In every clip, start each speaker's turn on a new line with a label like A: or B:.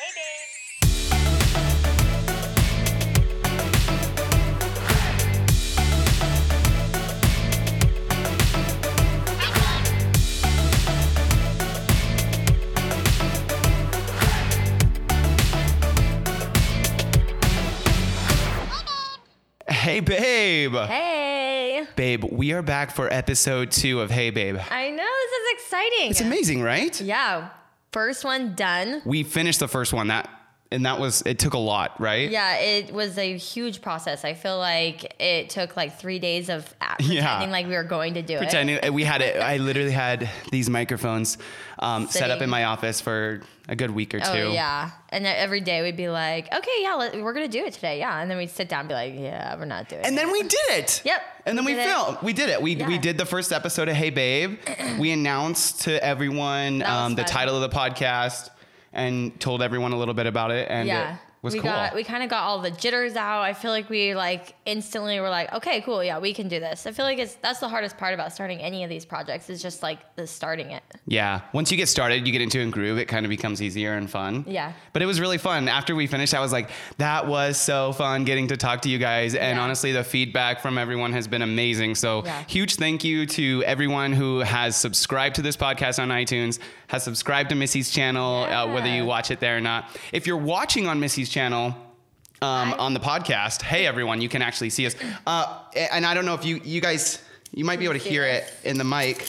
A: Hey, babe.
B: Hey, babe.
C: Hey.
B: Babe, we are back for episode two of Hey, Babe.
C: I know this is exciting.
B: It's amazing, right?
C: Yeah. First one done.
B: We finished the first one that, and that was it took a lot, right?
C: Yeah, it was a huge process. I feel like it took like three days of a- pretending like we were going to do it.
B: Pretending and we had it, I literally had these microphones um, set up
C: Sitting.
B: in my office for a good week or two.
C: Oh yeah, and then every day we'd be like, okay, yeah, let, we're gonna do it today, yeah, and then we'd sit down and be like, yeah, we're not doing.
B: And
C: it.
B: then we did it.
C: Yep,
B: And then we
C: we did it.
B: filmed. We did it. We, we
C: Yeah.
B: did the first episode of Hey Babe. we announced to everyone
C: was
B: um, the
C: fun.
B: title of the podcast and told everyone a little bit about it. And
C: yeah,
B: it was
C: we
B: cool.
C: got we kind of got all the jitters out. I feel like we like instantly were like, okay, cool, yeah, we can do this. I feel like it's that's the hardest part about starting any of these projects is just like the starting it.
B: Yeah. Once you get started, you get into a groove, it kind of becomes easier and fun.
C: Yeah.
B: But it was really fun. After we finished, I was like, that was so fun getting to talk to you guys. And
C: Yeah.
B: honestly, the feedback from everyone has been amazing. So,
C: Yeah.
B: huge thank you to everyone who has subscribed to this podcast on iTunes, has subscribed to Missy's channel, uh, whether you
C: Yeah.
B: watch it there or not. If you're watching on Missy's channel, um, on the podcast, hey everyone, you can actually see us. Uh, and I don't know if you you guys you might be able to
C: see
B: hear
C: this.
B: it in the mic.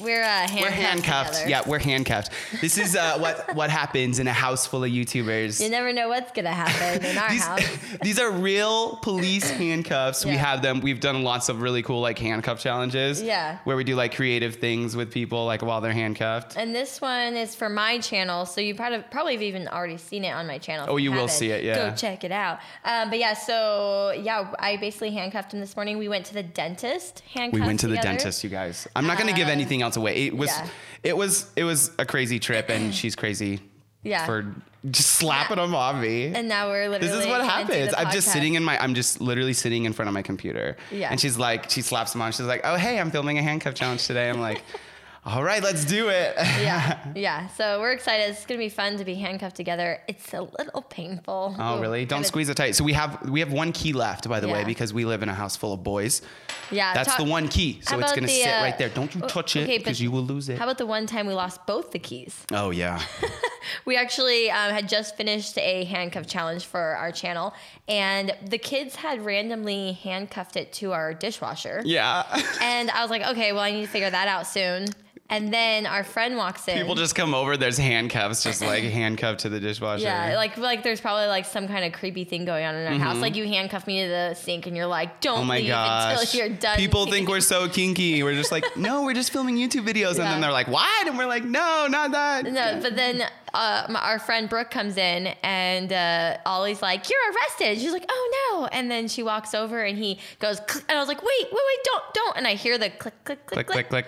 C: We're uh, handcuffed.
B: We're handcuffed.
C: together.
B: Yeah, we're handcuffed. This is uh, what what happens in a house full of YouTubers.
C: You never know what's gonna happen in our
B: these,
C: house.
B: these are real police handcuffs. We
C: Yeah.
B: have them. We've done lots of really cool like handcuff challenges.
C: Yeah.
B: Where we do like creative things with people like while they're handcuffed.
C: And this one is for my channel, so you probably probably have even already seen it on my channel. if
B: Oh, you will
C: haven't.
B: see it, yeah.
C: Go check it out. Um, but yeah, so yeah, I basically handcuffed him this morning. We went to the dentist.
B: We
C: Handcuffed.
B: went to the
C: together.
B: dentist, you guys. I'm not going to give
C: Uh,
B: anything else away. It was
C: yeah.
B: it was it was a crazy trip and she's crazy
C: Yeah.
B: for just slapping them on me.
C: And now we're literally.
B: This is what
C: gonna do the
B: happens. I'm just
C: podcast.
B: sitting in my, I'm just literally sitting in front of my computer.
C: Yeah.
B: And she's like, she slaps him on. She's like, oh, hey, I'm filming a handcuff challenge today. I'm like, all right, let's do it.
C: Yeah, yeah. So we're excited. It's gonna be fun to be handcuffed together. It's a little painful.
B: Oh, really? Don't
C: kinda-
B: squeeze it tight. So we have, we have one key left, by the way,
C: Yeah.
B: because we live in a house full of boys.
C: Yeah,
B: That's
C: talk-
B: the one key. So
C: How
B: it's
C: about
B: going to
C: the,
B: sit
C: uh,
B: right there. Don't you
C: oh,
B: touch
C: okay,
B: it
C: but
B: because you will lose it.
C: How about the one time we lost both the keys?
B: oh, yeah.
C: We actually um, had just finished a handcuff challenge for our channel, and the kids had randomly handcuffed it to our dishwasher.
B: yeah.
C: And I was like, okay, well, I need to figure that out soon. And then our friend walks in.
B: People just come over. There's handcuffs, just like handcuffed to the dishwasher.
C: yeah, like like there's probably like some kind of creepy thing going on in our house. Like you handcuff me to the sink, and you're like, don't
B: Mm-hmm. Oh my
C: leave
B: gosh.
C: until you're done.
B: People think we're so kinky. We're just like, no, we're just filming YouTube videos. And
C: Yeah.
B: then they're like, what? And we're like, no, not that.
C: No, but then uh, my, our friend Brooke comes in and uh, Ollie's like, "You're arrested." She's like, "Oh no!" And then she walks over and he goes, click, and I was like, "Wait, wait, wait, don't, don't!" And I hear the click, click,
B: Click,
C: click,
B: click, click.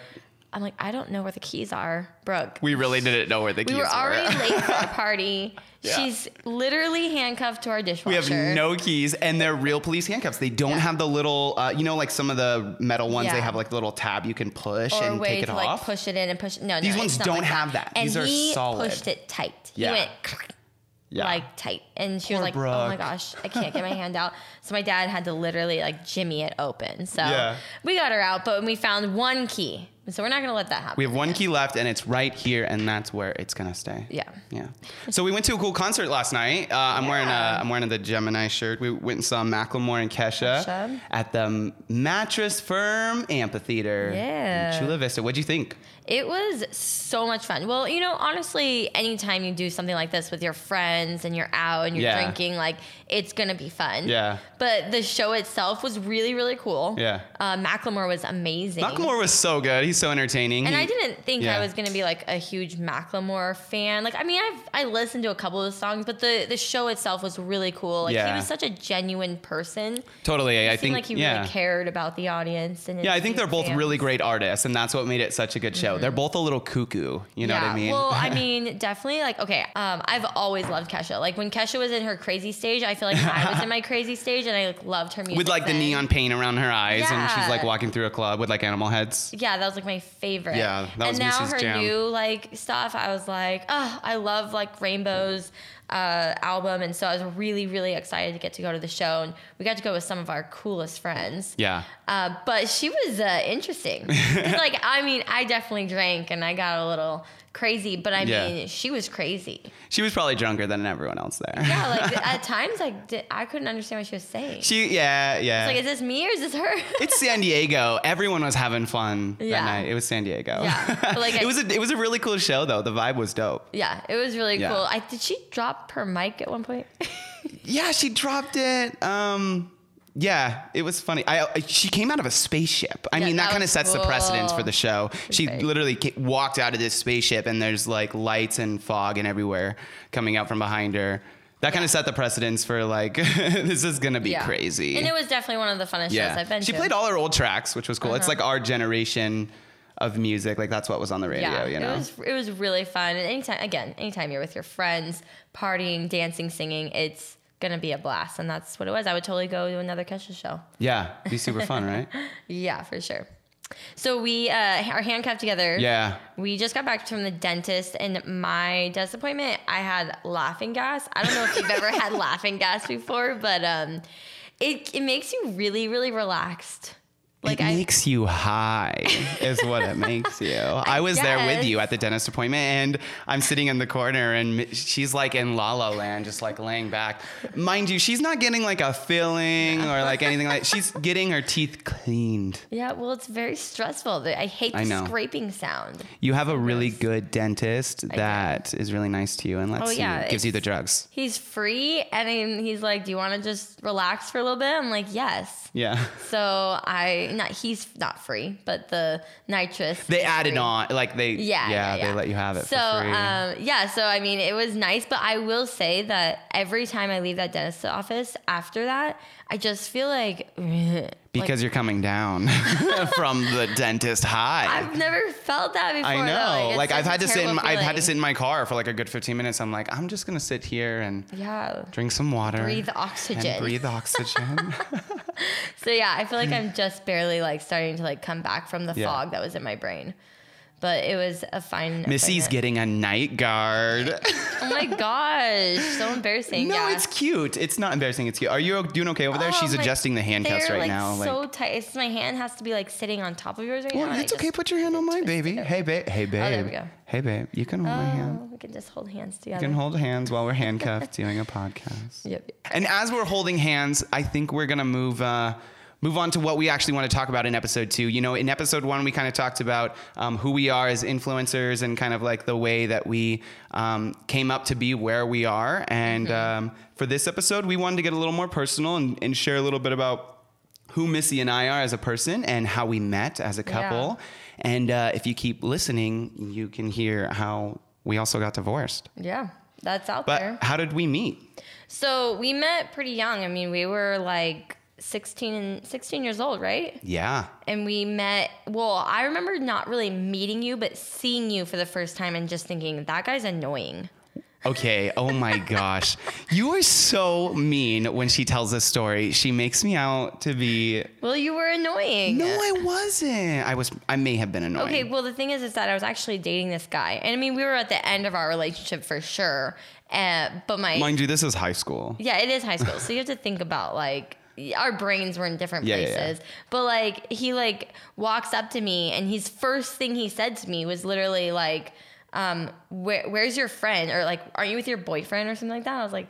C: I'm like, "I don't know where the keys are, Brooke."
B: We really didn't know where the
C: We
B: keys
C: were already late for a party.
B: Yeah.
C: She's literally handcuffed to our dishwasher.
B: We have no keys, and they're real police handcuffs. They don't
C: Yeah.
B: have the little, uh, you know, like some of the metal ones. They
C: Yeah.
B: have like the little tab you can push
C: or
B: and
C: way
B: take it
C: to like
B: off.
C: push it in and push. No,
B: These
C: no,
B: ones
C: it's not
B: don't
C: like
B: have that.
C: And
B: These are
C: he
B: solid.
C: pushed it tight.
B: Yeah.
C: He went.
B: yeah.
C: like tight. And she was
B: Poor
C: like, oh my
B: Brooke.
C: gosh, I can't get my hand out. So my dad had to literally like jimmy it open. So
B: Yeah.
C: we got her out, but we found one key. So we're not going to let that happen.
B: we have one key left, and it's right here, and that's where it's gonna stay.
C: Yeah.
B: Yeah. So we went to a cool concert last night. Uh, I'm wearing a,
C: Yeah.
B: I'm wearing the Gemini shirt. We went and saw Macklemore and Kesha,
C: Kesha.
B: at the Mattress Firm Amphitheater.
C: Yeah.
B: In Chula Vista. What'd you think?
C: It was so much fun. Well, you know, honestly, anytime you do something like this with your friends and you're out and you're
B: Yeah.
C: drinking, like it's gonna be fun.
B: Yeah.
C: But the show itself was really, really cool.
B: Yeah.
C: Uh, Macklemore was amazing.
B: Macklemore was so good. He's so entertaining.
C: And
B: He-
C: I didn't think
B: yeah.
C: I was gonna be like a huge Macklemore fan. Like, I mean, I've I listened to a couple of the songs, but the the show itself was really cool. Like,
B: Yeah.
C: he was such a genuine person.
B: Totally. I
C: It
B: think
C: seemed like he
B: yeah.
C: really cared about the audience. And
B: Yeah, I
C: his
B: think they're both
C: fans. Mm-hmm.
B: really great artists, and that's what made it such a good show. They're both a little cuckoo, you know what I mean?
C: Well, I mean, definitely like okay, um, I've always loved Kesha. Like when Kesha was in her crazy stage, I feel like I was in my crazy stage and I like loved her music.
B: with like the
C: then.
B: neon paint around her eyes, and she's like
C: Yeah.
B: walking through a club with like animal heads.
C: Yeah, that was like my favorite.
B: Yeah, that was
C: and now
B: Mrs.
C: her
B: Jam.
C: new like stuff, I was like, oh, I love like Rainbow's uh, album, and so I was really really excited to get to go to the show, and we got to go with some of our coolest friends.
B: Yeah.
C: Uh, but she was uh, interesting. 'Cause, like, I mean, I definitely drank and I got a little crazy, but I
B: Yeah.
C: mean, she was crazy.
B: She was probably drunker than everyone else there.
C: Yeah, like at times I did, I couldn't understand what she was saying.
B: she, yeah, yeah.
C: It's like, is this me or is this her?
B: it's San Diego. Everyone was having fun that
C: Yeah.
B: night. It was San Diego.
C: Yeah, but, like,
B: it
C: I-
B: was a it was a really cool show though. The vibe was dope.
C: yeah, it was really
B: Yeah.
C: cool. I did she drop her mic at one point?
B: Yeah, she dropped it. Um, yeah, it was funny. I I- she came out of a spaceship. I
C: Yeah,
B: mean, that,
C: that
B: kind of
C: was
B: sets the precedence
C: cool.
B: for the show. She
C: great.
B: literally ca- walked out of this spaceship, and there's like lights and fog and everywhere coming out from behind her. That kind of set the precedence for like this is gonna be crazy.
C: And it was definitely one of the funnest shows I've been
B: she
C: to. Uh-huh.
B: played all her old tracks, which was cool. It's like our generation of music. Like that's what was on the radio,
C: yeah,
B: you know.
C: it was it was really fun. And anytime again, anytime you're with your friends, partying, dancing, singing, it's gonna be a blast. And that's what it was. I would totally go to another Kesha show.
B: yeah, it'd be super fun, right?
C: Yeah, for sure. So we uh, are handcuffed together.
B: Yeah.
C: We just got back from the dentist, and my disappointment, I had laughing gas. I don't know if you've ever had laughing gas before, but um, it it makes you really really relaxed. Like
B: it
C: I
B: makes you high, is what it makes you. I was there with
C: guess.
B: you at the dentist appointment, and I'm sitting in the corner, and m- she's like in La La Land, just like laying back. Mind you, she's not getting like a filling or like anything like. She's getting her teeth cleaned.
C: yeah, well, it's very stressful. The- I hate the
B: I know.
C: scraping sound.
B: You have a really good dentist that is really nice to you and lets
C: Oh, yeah,
B: you gives you the
C: it's-
B: drugs.
C: He's free, and then he's like, "Do you want to just relax for a little bit?" I'm like, "Yes."
B: Yeah.
C: So I not he's not free, but the nitrous
B: They
C: is
B: added
C: free.
B: on, like they
C: Yeah, yeah, yeah.
B: they let you have it.
C: So,
B: for free.
C: um, yeah, so I mean, it was nice, but I will say that every time I leave that dentist office after that, I just feel like
B: because you're coming down from the dentist high.
C: I've never felt that before.
B: I know.
C: Though. it's
B: like
C: such
B: I've
C: a
B: had to sit. In,
C: terrible
B: my- I've had to sit
C: feeling.
B: in my car for like a good 15 minutes. I'm like, I'm just gonna sit here and
C: Yeah.
B: drink some water,
C: Breathe
B: and
C: oxygen.
B: breathe oxygen.
C: So yeah, I feel like I'm just barely like starting to like come back from the
B: Yeah.
C: fog that was in my brain. But it was a fine.
B: Missy's
C: appointment.
B: getting a night guard.
C: Oh my gosh, so embarrassing.
B: no,
C: yeah.
B: it's cute. It's not embarrassing. It's cute. Are you o- doing okay over there?
C: Oh,
B: She's
C: my-
B: adjusting the handcuffs
C: they're,
B: right
C: like,
B: now.
C: so tight. It's my hand has to be like sitting on top of yours right now.
B: well,
C: and I
B: it's okay.
C: just-
B: Put your hand on mine, baby. Hey, babe. Hey, babe.
C: Oh, there we go.
B: Hey, babe. You can hold my hand.
C: Oh, we can just hold hands
B: You
C: together.
B: can hold hands while we're handcuffed doing a podcast.
C: Yep.
B: And as we're holding hands, I think we're gonna move uh, move on to what we actually want to talk about in episode two. You know, in episode one, we kind of talked about um, who we are as influencers and kind of like the way that we um, came up to be where we are. And um, for this episode, we wanted to get a little more personal and, and share a little bit about who Missy and I are as a person and how we met as a couple. And uh, if you keep listening, you can hear how we also got divorced.
C: Yeah, that's out
B: But
C: there.
B: how did we meet?
C: So we met pretty young. I mean, we were like 16 and 16 years old, right?
B: Yeah.
C: And we met. Well, I remember not really meeting you, but seeing you for the first time and just thinking that guy's annoying.
B: Okay. Oh my gosh. You are so mean when she tells this story. She makes me out to be.
C: Well, you were annoying.
B: No, I wasn't. I was. I may have been annoying.
C: Okay, well the thing is is that I was actually dating this guy. And I mean, we were at the end of our relationship for sure. Uh, but my
B: Mind you, this is high school.
C: Yeah, it is high school. so you have to think about like our brains were in different
B: Yeah, yeah, yeah.
C: places. But like he like walks up to me and his first thing he said to me was literally like um where, where's your friend or like aren't you with your boyfriend or something like that? I was like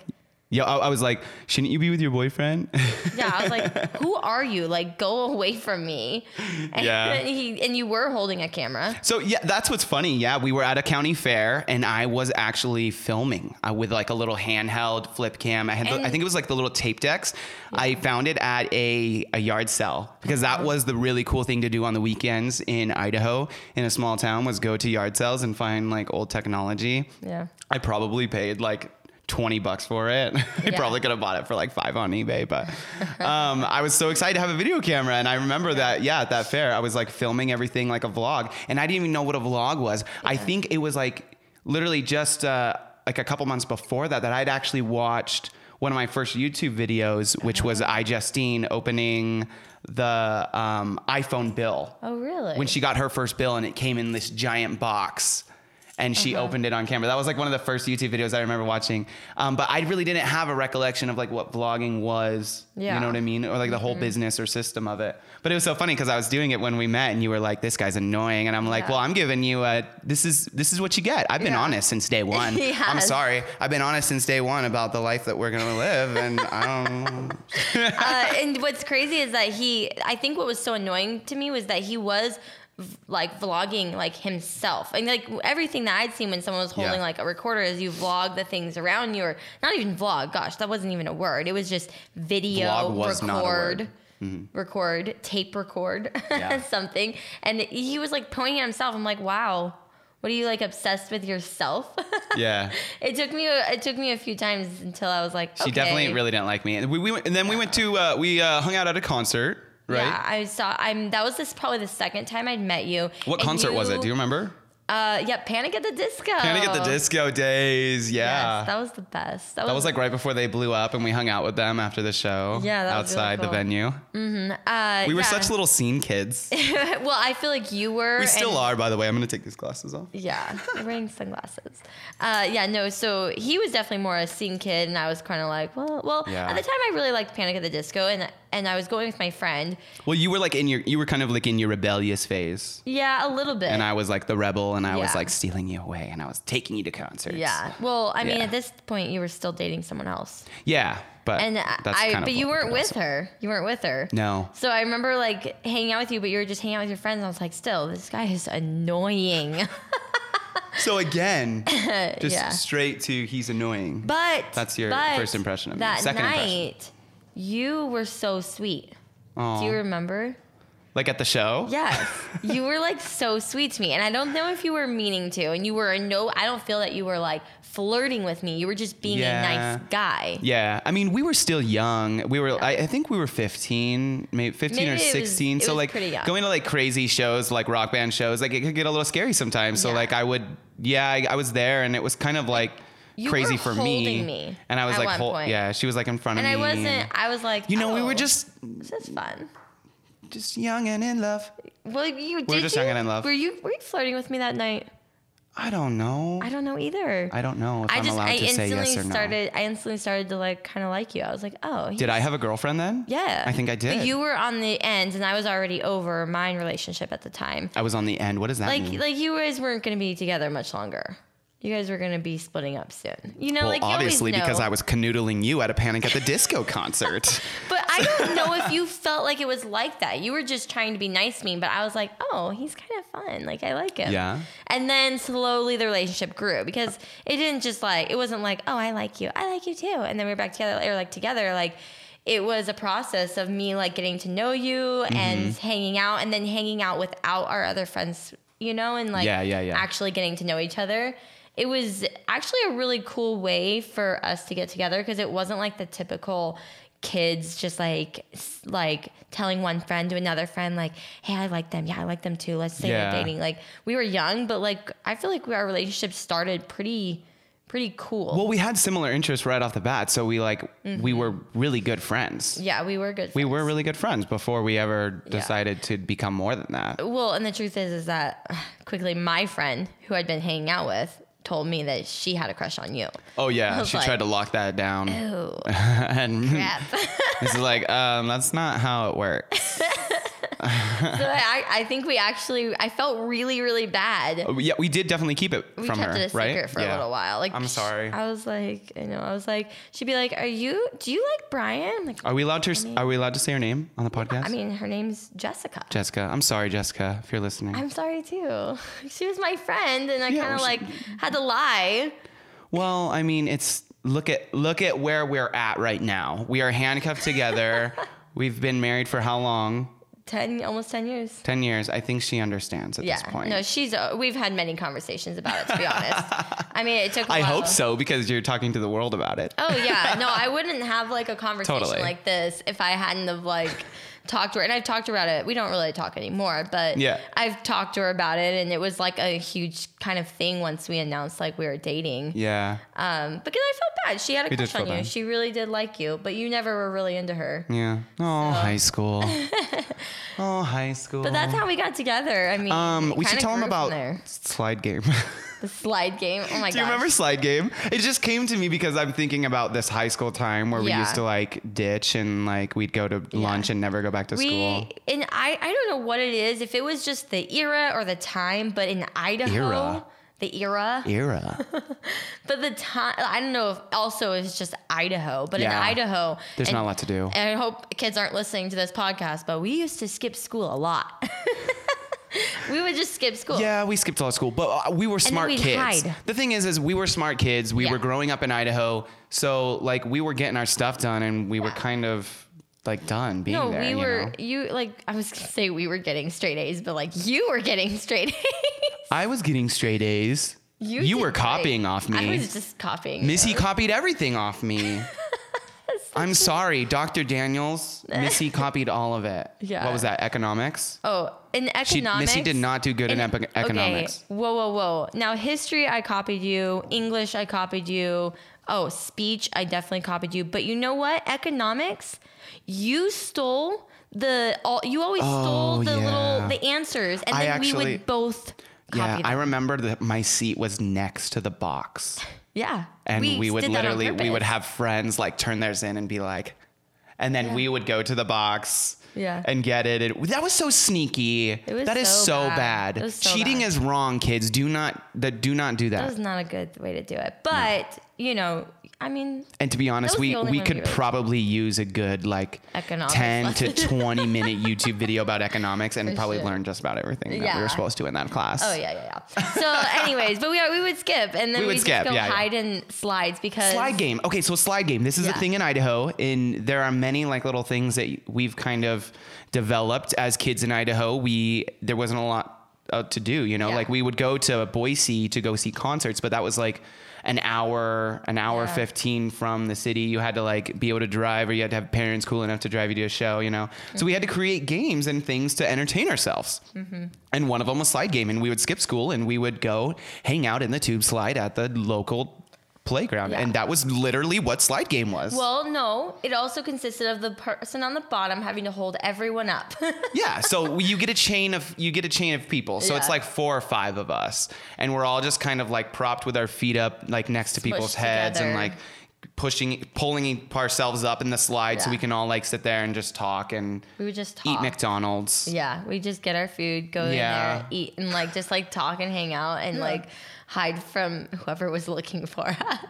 B: Yeah, I, I was like, shouldn't you be with your boyfriend?
C: yeah, I was like who are you? Like go away from me. And
B: Yeah.
C: he and you were holding a camera.
B: so yeah, that's what's funny. Yeah, we were at a county fair, and I was actually filming uh, with like a little handheld flip cam. I had, the, I
C: And-
B: think it was like the little tape decks. I found it at a a yard sale because that was the really cool thing to do on the weekends in Idaho, in a small town, was go to yard sales and find like old technology.
C: Yeah.
B: I probably paid like 20 bucks for it. I
C: Yeah.
B: probably could have bought it for like five on eBay, but um, I was so excited to have a video camera. And I remember that, yeah, at that fair, I was like filming everything like a vlog. And I didn't even know what a vlog was. I think it was like literally just uh, like a couple months before that, that I'd actually watched one of my first YouTube videos, which was I Justine opening the um, iPhone bill
C: Oh, really?
B: when she got her first bill, and it came in this giant box. And
C: Uh-huh.
B: she opened it on camera. That was like one of the first YouTube videos I remember watching. Um, but I really didn't have a recollection of like what vlogging was. You
C: Yeah. Mm-hmm.
B: know what I mean? Or like the whole business or system of it. But it was so funny because I was doing it when we met, and you were like, "This guy's annoying," and I'm like,
C: Yeah.
B: "Well, I'm giving you a this is this is what you get. I've been
C: Yeah.
B: honest since day one. I'm
C: Yes.
B: sorry. I've been honest since day one about the life that we're gonna live, and I don't. know.
C: uh, and what's crazy is that he i think what was so annoying to me was that he was v- like vlogging like himself and like everything that i'd seen when someone was holding
B: Yeah.
C: like a recorder is you vlog the things around you or not even vlog gosh that wasn't even a word it was just video
B: Vlog was
C: record
B: not a word. Mm-hmm.
C: record tape record
B: Yeah.
C: something and he was like pointing at himself i'm like wow what are you like obsessed with yourself
B: Yeah.
C: it took me a, it took me a few times until i was like
B: She definitely
C: okay.
B: really didn't like me. And we, we went, and then we went to uh, we uh, hung out at a concert, right?
C: Yeah, I saw. I'm. That was this probably the second time I'd met you.
B: What
C: And
B: concert was it? Do you remember?
C: Uh, yeah, Panic at the Disco.
B: Panic at the Disco days. Yeah.
C: Yes, that was the best. That,
B: that was like right before they blew up, and we hung out with them after the show.
C: Yeah, that was really
B: outside
C: cool.
B: the venue.
C: Uh,
B: We were
C: yeah.
B: such little scene kids.
C: well, I feel like you were.
B: We still
C: and-
B: are, by the way. I'm gonna take these glasses off.
C: Yeah, I'm wearing sunglasses. Uh, yeah, no. So he was definitely more a scene kid, and I was kind of like, well, well.
B: Yeah.
C: At the time, I really liked Panic at the Disco, and and I was going with my friend.
B: Well, you were like in your you were kind of like in your rebellious phase.
C: Yeah, a little bit.
B: And I was like the rebel, and I was
C: Yeah.
B: like stealing you away, and I was taking you to concerts.
C: yeah. Well, I mean,
B: Yeah.
C: at this point, you were still dating someone else.
B: yeah, but
C: and
B: that's
C: I,
B: kind of
C: but you
B: what we
C: weren't
B: did
C: with
B: also.
C: her. You weren't with her.
B: No.
C: So I remember like hanging out with you, but you were just hanging out with your friends. And I was like, still, this guy is annoying.
B: So again, just
C: Yeah.
B: straight to he's annoying.
C: but
B: That's your
C: but
B: first impression of me.
C: that
B: Second
C: night.
B: impression.
C: You were so sweet.
B: Aw.
C: Do you remember?
B: like at the show?
C: Yes, you were like so sweet to me, and I don't know if you were meaning to, and you were in no. I don't feel that you were like flirting with me. You were just being
B: Yeah.
C: a nice guy.
B: Yeah, I mean, we were still young. We were, I, I think we were 15, maybe 15
C: Maybe
B: or
C: it was-
B: 16.
C: it
B: so,
C: was
B: like,
C: pretty young.
B: going to like crazy shows, like rock band shows, like, it could get a little scary sometimes. So,
C: Yeah.
B: like, I would, yeah, I, I was there and it was kind of like
C: You
B: crazy
C: were
B: for me.
C: holding me
B: And I was
C: at
B: like,
C: one
B: hol-
C: point.
B: yeah, she was like in front
C: And
B: of
C: I
B: me.
C: wasn't. I was like,
B: you know, we
C: "Oh,
B: were just,
C: this is fun.
B: just young and in love.
C: Well, you did.
B: just
C: you,
B: hanging in love.
C: Were you were you flirting with me that night?
B: I don't know.
C: I don't know either.
B: I don't know if
C: I
B: am allowed to say yes or no.
C: started. I instantly started to like kind of like you. I was like, oh, he-
B: did I have a girlfriend then?
C: yeah.
B: I think I did.
C: But you were on the end, and I was already over my relationship at the time.
B: I was on the end. What does that
C: Like,
B: mean?
C: like you guys weren't going to be together much longer. You guys were going to be splitting up soon. You know,
B: well,
C: like
B: obviously,
C: you always know.
B: because I was canoodling you at a Panic at the Disco concert.
C: But I don't know if you felt like it was like that. You were just trying to be nice to me, but I was like, oh, he's kind of fun. Like I like him.
B: Yeah.
C: And then slowly the relationship grew because it didn't just like it wasn't like oh I like you I like you too and then we were back together or like together like it was a process of me like getting to know you and
B: Mm-hmm.
C: hanging out and then hanging out without our other friends you know and like
B: Yeah, yeah, yeah.
C: actually getting to know each other. It was actually a really cool way for us to get together because it wasn't like the typical kids just like s- like telling one friend to another friend like hey i like them yeah i like them too let's say
B: Yeah.
C: we're dating like we were young but like i feel like we, our relationship started pretty pretty cool
B: Well, we had similar interests right off the bat, so we like we
C: Mm-hmm.
B: were really good friends.
C: yeah we were good
B: We
C: friends.
B: were really good friends before we ever decided to become more than that.
C: Well, and the truth is, is that quickly my friend who I'd been hanging out with told me that she had a crush on you.
B: Oh
C: I
B: yeah,
C: was
B: she
C: like,
B: tried to lock that down,
C: Oh,
B: and
C: crap.
B: this is like, um, that's not how it works.
C: so I, I think we actually, I felt really, really bad.
B: yeah, we did definitely keep it
C: We
B: Oh, from
C: kept
B: her,
C: it a secret
B: right?
C: for
B: Yeah.
C: a little while. Like
B: I'm sorry.
C: I was like, you know, I was like, she'd be like, "Are you? Do you like Brian?" I'm like,
B: Are we allowed to? Are we allowed to say her name on the podcast?
C: I mean, her name's Jessica.
B: Jessica. I'm sorry, Jessica, if you're listening.
C: I'm sorry too. She was my friend, and I
B: Yeah,
C: kind of
B: she-
C: like had to lie.
B: Well, I mean, it's look at look at where we're at right now. We are handcuffed together. We've been married for how long?
C: Ten, almost ten years.
B: Ten years. I think she understands at
C: Yeah.
B: this point.
C: No, she's. Uh, we've had many conversations about it. To be honest, I mean, it took. I
B: I hope so because you're talking to the world about it.
C: Oh yeah. No, I wouldn't have like a conversation
B: Totally.
C: like this if I hadn't have like talked to her, and I've talked about it. We don't really talk anymore, but
B: Yeah.
C: I've talked to her about it, and it was like a huge kind of thing once we announced like we were dating.
B: Yeah.
C: Um, because I felt bad. She had a
B: We did
C: crush on
B: feel
C: you.
B: bad.
C: She really did like you, but you never were really into her.
B: Yeah. Oh, high school. oh, high school.
C: But that's how we got together. I mean,
B: Um,
C: it
B: we should
C: kinda
B: tell them
C: grew from
B: about
C: there.
B: slide game.
C: the slide game. Oh my god!
B: Do you remember slide game? It just came to me because I'm thinking about this high school time where we
C: Yeah.
B: used to like ditch and like we'd go to lunch and never go back to
C: we
B: school.
C: and I I don't know what it is if it was just the era or the time, but in Idaho
B: Era.
C: the era,
B: Era.
C: but the time I don't know if also it's just Idaho, but
B: Yeah.
C: in Idaho
B: There's
C: and-
B: not a lot to do.
C: And I hope kids aren't listening to this podcast, but we used to skip school a lot. we would just skip school.
B: Yeah, we skipped a lot of school, but uh, we were smart
C: we'd
B: kids.
C: hide.
B: The thing is, is we were smart kids. We
C: Yeah.
B: were growing up in Idaho, so like we were getting our stuff done, and we were
C: Yeah.
B: kind of like done being
C: No,
B: there.
C: we
B: you
C: were
B: know?
C: you like I was gonna say we were getting straight A's, but like you were getting straight A's.
B: I was getting straight A's. You,
C: did
B: were
C: great.
B: copying off me.
C: I was just copying.
B: Missy copied everything off me. I'm sorry, Dr. Daniels. Missy copied all of it.
C: Yeah.
B: What was that? Economics?
C: Oh, in
B: She,
C: economics.
B: Missy did not do good in, epi- economics.
C: Okay. Whoa, whoa, whoa. Now, history, I copied you. English, I copied you. Oh, speech, I definitely copied you. But you know what? Economics, you stole the all. You always
B: Oh,
C: stole the
B: yeah.
C: little the answers, and
B: I
C: then we
B: actually-
C: would both
B: Yeah,
C: copy.
B: I
C: them.
B: remember that my seat was next to the box.
C: yeah.
B: and we, would
C: did that on
B: literally we would
C: purpose.
B: have friends like turn theirs in and be like and then we would go to the box
C: Yeah.
B: and get it. it that was so sneaky That is
C: was
B: so
C: so bad.
B: bad,
C: It was so
B: cheating
C: bad.
B: is wrong kids do not that do not do
C: That
B: that
C: was not a good way to do it, but you know, I mean,
B: and to be honest
C: was
B: we
C: the only
B: we
C: one we
B: could
C: really-
B: probably use a good like
C: Economics
B: 10 to
C: lesson.
B: 20 minute youtube video about economics and
C: For
B: probably
C: sure.
B: learn just about everything that we
C: Yeah.
B: were supposed to in that class
C: Oh yeah, yeah, yeah. So, anyways, but we we would skip, and then
B: We
C: we
B: would
C: just
B: skip,
C: go
B: yeah, yeah.
C: hide in slides because
B: Slide game. Okay, so slide game. This is a
C: Yeah.
B: thing in Idaho, and there are many like little things that we've kind of developed as kids in Idaho. We there wasn't a lot uh, to do, you know.
C: Yeah.
B: Like we would go to Boise to go see concerts, but that was like an hour, an hour
C: Yeah.
B: fifteen from the city. You had to like be able to drive, or you had to have parents cool enough to drive you to a show, you know. So we had to create games and things to entertain ourselves.
C: Mm-hmm.
B: And one of them was slide game, and we would skip school and we would go hang out in the tube slide at the local playground,
C: Yeah.
B: and that was literally what slide game was.
C: Well, no. It also consisted of the person on the bottom having to hold everyone up.
B: yeah, so you get a chain of you get a chain of people. So it's
C: Yeah.
B: like four or five of us, and we're all just kind of like propped with our feet up, like next to people's heads, and
C: together.
B: like pushing, pulling e, ourselves up in the slide, so
C: Yeah.
B: we can all like sit there and just talk and
C: we would just
B: eat
C: talk.
B: McDonald's.
C: yeah, we just get our food, go in
B: Yeah.
C: there, eat, and like just like talk and hang out and like hide from whoever was looking for us,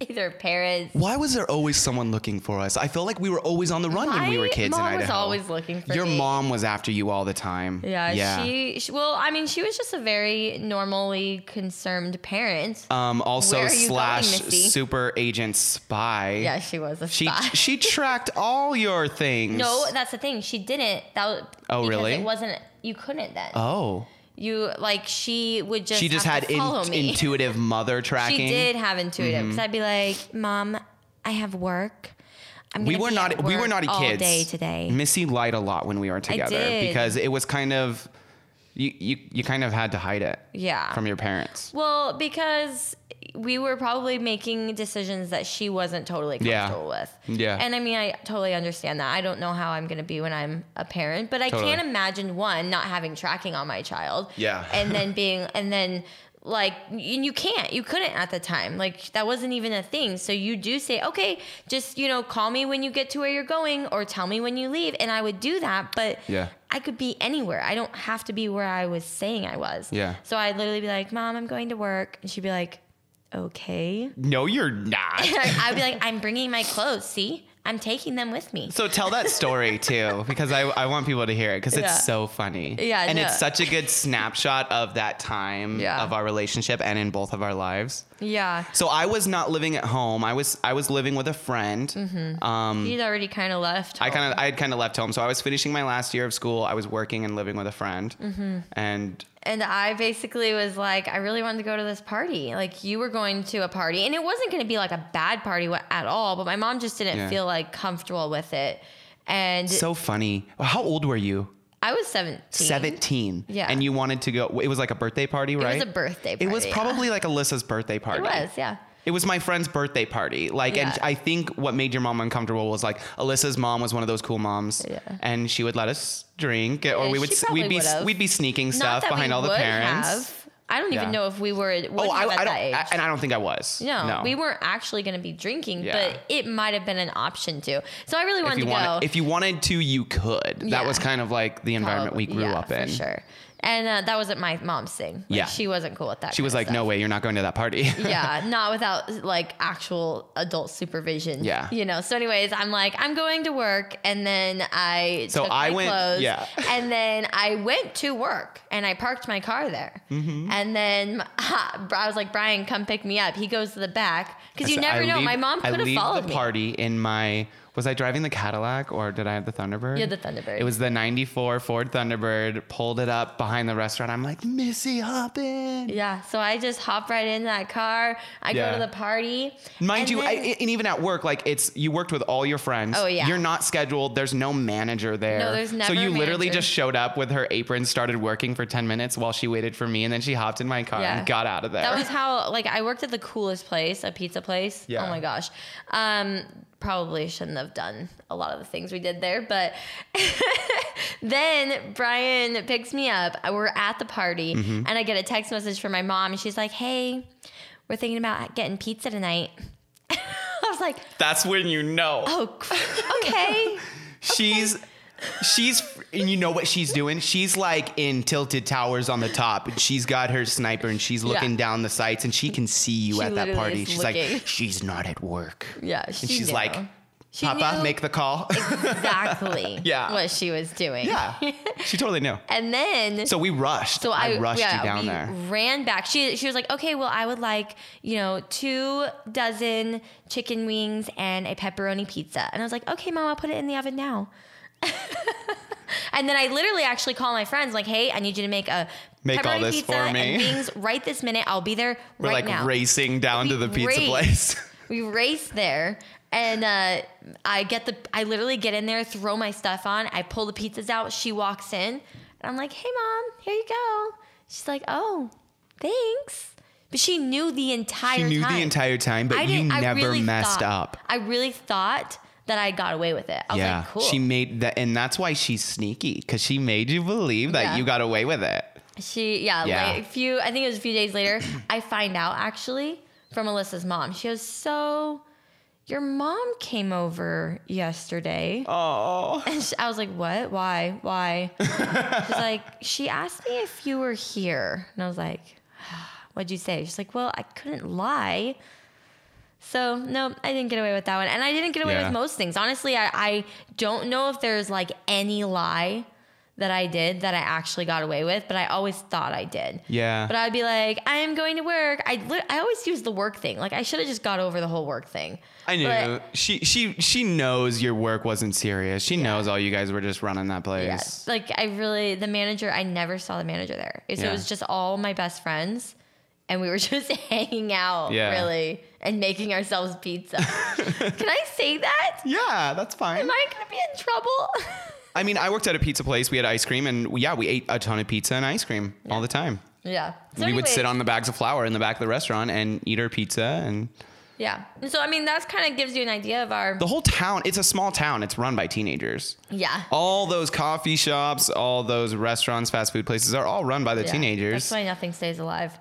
C: either parents.
B: Why was there always someone looking for us? I felt like we were always on the run when we
C: My
B: were kids
C: mom
B: in Idaho.
C: was always looking for
B: Your
C: me.
B: mom was after you all the time.
C: Yeah, She, she. Well, I mean, she was just a very normally concerned parent.
B: um, also
C: Where are you
B: slash
C: going, Missy?
B: super agent spy.
C: yeah, she was a
B: She
C: spy.
B: she tracked all your things.
C: no, that's the thing. She didn't. That was,
B: Oh,
C: because
B: really?
C: It wasn't. You couldn't then.
B: Oh.
C: You like she would just
B: She just
C: have
B: had
C: to follow
B: in,
C: me.
B: intuitive mother tracking.
C: She did have intuitive
B: Mm-hmm.
C: because I'd be like, "Mom, I have work. I'm
B: We
C: gonna
B: were
C: be
B: naughty.
C: at
B: We were
C: work
B: naughty
C: all
B: kids.
C: day today."
B: Missy lied a lot when we were together
C: did.
B: because it was kind of you, you you kind of had to hide it
C: yeah.
B: from your parents.
C: well, because we were probably making decisions that she wasn't totally
B: Yeah.
C: comfortable with.
B: Yeah.
C: And I mean, I totally understand that. I don't know how I'm gonna be when I'm a parent, but I
B: Totally.
C: can't imagine one not having tracking on my child.
B: Yeah.
C: And then being and then. Like and you can't, you couldn't at the time. Like that wasn't even a thing. So you do say, okay, just you know, call me when you get to where you're going, or tell me when you leave, and I would do that. But
B: Yeah.
C: I could be anywhere. I don't have to be where I was saying I was.
B: Yeah.
C: So I'd literally be like, Mom, I'm going to work. And she'd be like, Okay.
B: No, you're not.
C: I'd be like, I'm bringing my clothes. See, I'm taking them with me.
B: So tell that story too, because I, I want people to hear it because
C: Yeah.
B: it's so funny.
C: Yeah,
B: and
C: no.
B: it's such a good snapshot of that time
C: Yeah.
B: of our relationship and in both of our lives.
C: Yeah.
B: So I was not living at home. I was I was living with a friend.
C: Mm-hmm.
B: Um,
C: You'd already kind of left.
B: I kind of I had kind of left home, so I was finishing my last year of school. I was working and living with a friend,
C: Mm-hmm.
B: and
C: And I basically was like, I really wanted to go to this party. Like, you were going to a party, and it wasn't going to be like a bad party wa- at all, but my mom just didn't
B: Yeah.
C: feel like comfortable with it. And
B: So funny. How old were you?
C: I was 17.
B: 17.
C: Yeah.
B: And you wanted to go. It was like a birthday party,
C: It
B: right?
C: was a birthday party.
B: It was
C: yeah.
B: probably like Alyssa's birthday party.
C: It was, yeah.
B: It was my friend's birthday party. Like,
C: Yeah.
B: and I think what made your mom uncomfortable was like Alyssa's mom was one of those cool moms,
C: Yeah.
B: and she would let us drink, or we
C: she
B: would s-
C: probably
B: we'd be s-
C: would've.
B: we'd be sneaking stuff
C: that
B: behind
C: we
B: all the
C: would
B: parents.
C: have. I don't even
B: Yeah.
C: know if we were would
B: Oh,
C: have
B: I,
C: at
B: I
C: that
B: don't,
C: age.
B: I- and I don't think I was.
C: no, we weren't actually going to be drinking,
B: Yeah.
C: but it might have been an option too. So I really
B: If
C: wanted
B: you
C: to
B: wanted,
C: go.
B: if you wanted to, you could. That
C: Yeah. Oh,
B: was kind of like the environment we grew
C: Yeah,
B: up in.
C: For sure. And uh, that wasn't my mom's thing. Like,
B: Yeah.
C: She wasn't cool with that.
B: She was like, "No way, you're not going to that party."
C: yeah, not without like actual adult supervision.
B: Yeah.
C: You know, so, anyways, I'm like, I'm going to work. And then I
B: So
C: took
B: I
C: my
B: went-
C: clothes.
B: yeah.
C: And then I went to work and I parked my car there.
B: Mm-hmm.
C: And then I was like, Brian, come pick me up. He goes to the back because you
B: I said,
C: never
B: I
C: know. my
B: leave-
C: mom
B: I
C: could have
B: leave
C: followed
B: the
C: me.
B: party in my. Was I driving the Cadillac or did I have the Thunderbird?
C: You had the Thunderbird.
B: It was the '94 Ford Thunderbird. Pulled it up behind the restaurant. I'm like, Missy, hop in.
C: Yeah, so I just hop right in that car. I
B: Yeah.
C: go to the party.
B: Mind
C: and
B: you, I,
C: then-
B: and even at work, like it's you worked with all your friends.
C: Oh, yeah.
B: You're not scheduled. There's no manager there.
C: No, there's never
B: So
C: a
B: you literally
C: manager.
B: just showed up with her apron, started working for ten minutes while she waited for me, and then she hopped in my car
C: Yeah.
B: and got out of there.
C: That was how like I worked at the coolest place, a pizza place.
B: Yeah.
C: Oh my gosh. Um probably shouldn't have done a lot of the things we did there, but then Brian picks me up. We're at the party
B: Mm-hmm.
C: and I get a text message from my mom and she's like, "Hey, we're thinking about getting pizza tonight." I was like,
B: That's when you know.
C: "Oh, cr- okay."
B: She's she's and you know what she's doing? She's like in tilted towers on the top and she's got her sniper and she's looking down the sights and she can see you
C: She
B: at that
C: literally
B: party.
C: is
B: She's
C: looking.
B: like she's not at work.
C: yeah, she
B: And she's
C: knew.
B: like
C: She
B: Papa,
C: knew
B: make the call.
C: exactly
B: Yeah.
C: what she was doing.
B: yeah. She totally knew.
C: And then
B: So we rushed.
C: So I,
B: rushed
C: yeah,
B: you down
C: we
B: there.
C: Ran back. She she was like, okay, well, I would like you know two dozen chicken wings and a pepperoni pizza, and I was like, okay, mom, I'll put it in the oven now. and then I literally actually call my friends like, hey, I need you to make a
B: Make all
C: pepperoni
B: this
C: pizza
B: for
C: and
B: me.
C: wings right this minute. I'll be there
B: We're
C: right
B: like
C: now.
B: racing down to
C: We
B: the pizza
C: raced.
B: place.
C: We race there, and uh, I get the. I literally get in there, throw my stuff on. I pull the pizzas out. She walks in, and I'm like, "Hey, mom, here you go." She's like, "Oh, thanks." But she knew the entire.
B: She knew
C: time.
B: the entire time, but
C: I
B: you
C: didn't. I
B: never
C: really
B: messed up.
C: thought- I really thought that I got away with it. I was
B: yeah.
C: like, "Cool."
B: She made that and that's why she's sneaky, because she made you believe that
C: Yeah.
B: you got away with it.
C: She yeah,
B: Yeah.
C: Like a few I think it was a few days later, I find out actually from Alyssa's mom. She goes, So your mom came over yesterday.
B: Oh.
C: And she, I was like, What? Why? Why? She's like, She asked me if you were here. And I was like, What'd you say? She's like, Well, I couldn't lie. So no, I didn't get away with that one. And I didn't get away
B: Yeah.
C: with most things. Honestly, I, I don't know if there's like any lie that I did that I actually got away with, but I always thought I did.
B: Yeah.
C: But I'd be like, I am going to work. I li- I always use the work thing. Like I should have just got over the whole work thing.
B: I knew
C: But-
B: she she she knows your work wasn't serious. She knows all you guys were just running that
C: Yeah,
B: place.
C: like I really the manager. I never saw the manager there. It,
B: Yeah.
C: it was just all my best friends, and we were just hanging out,
B: Yeah.
C: really, and making ourselves pizza. Can I say that?
B: Yeah, that's fine.
C: Am I gonna be in trouble?
B: I mean, I worked at a pizza place. We had ice cream, and we- yeah, we ate a ton of pizza and ice cream all the time.
C: yeah. So
B: we would
C: anyways,
B: sit on the bags of flour in the back of the restaurant and eat our pizza. And
C: Yeah. And so I mean, that's kind of gives you an idea of our.
B: the whole town, it's a small town. It's run by teenagers.
C: yeah.
B: All those coffee shops, all those restaurants, fast food places are all run by the
C: Yeah. That's
B: teenagers.
C: why nothing stays alive.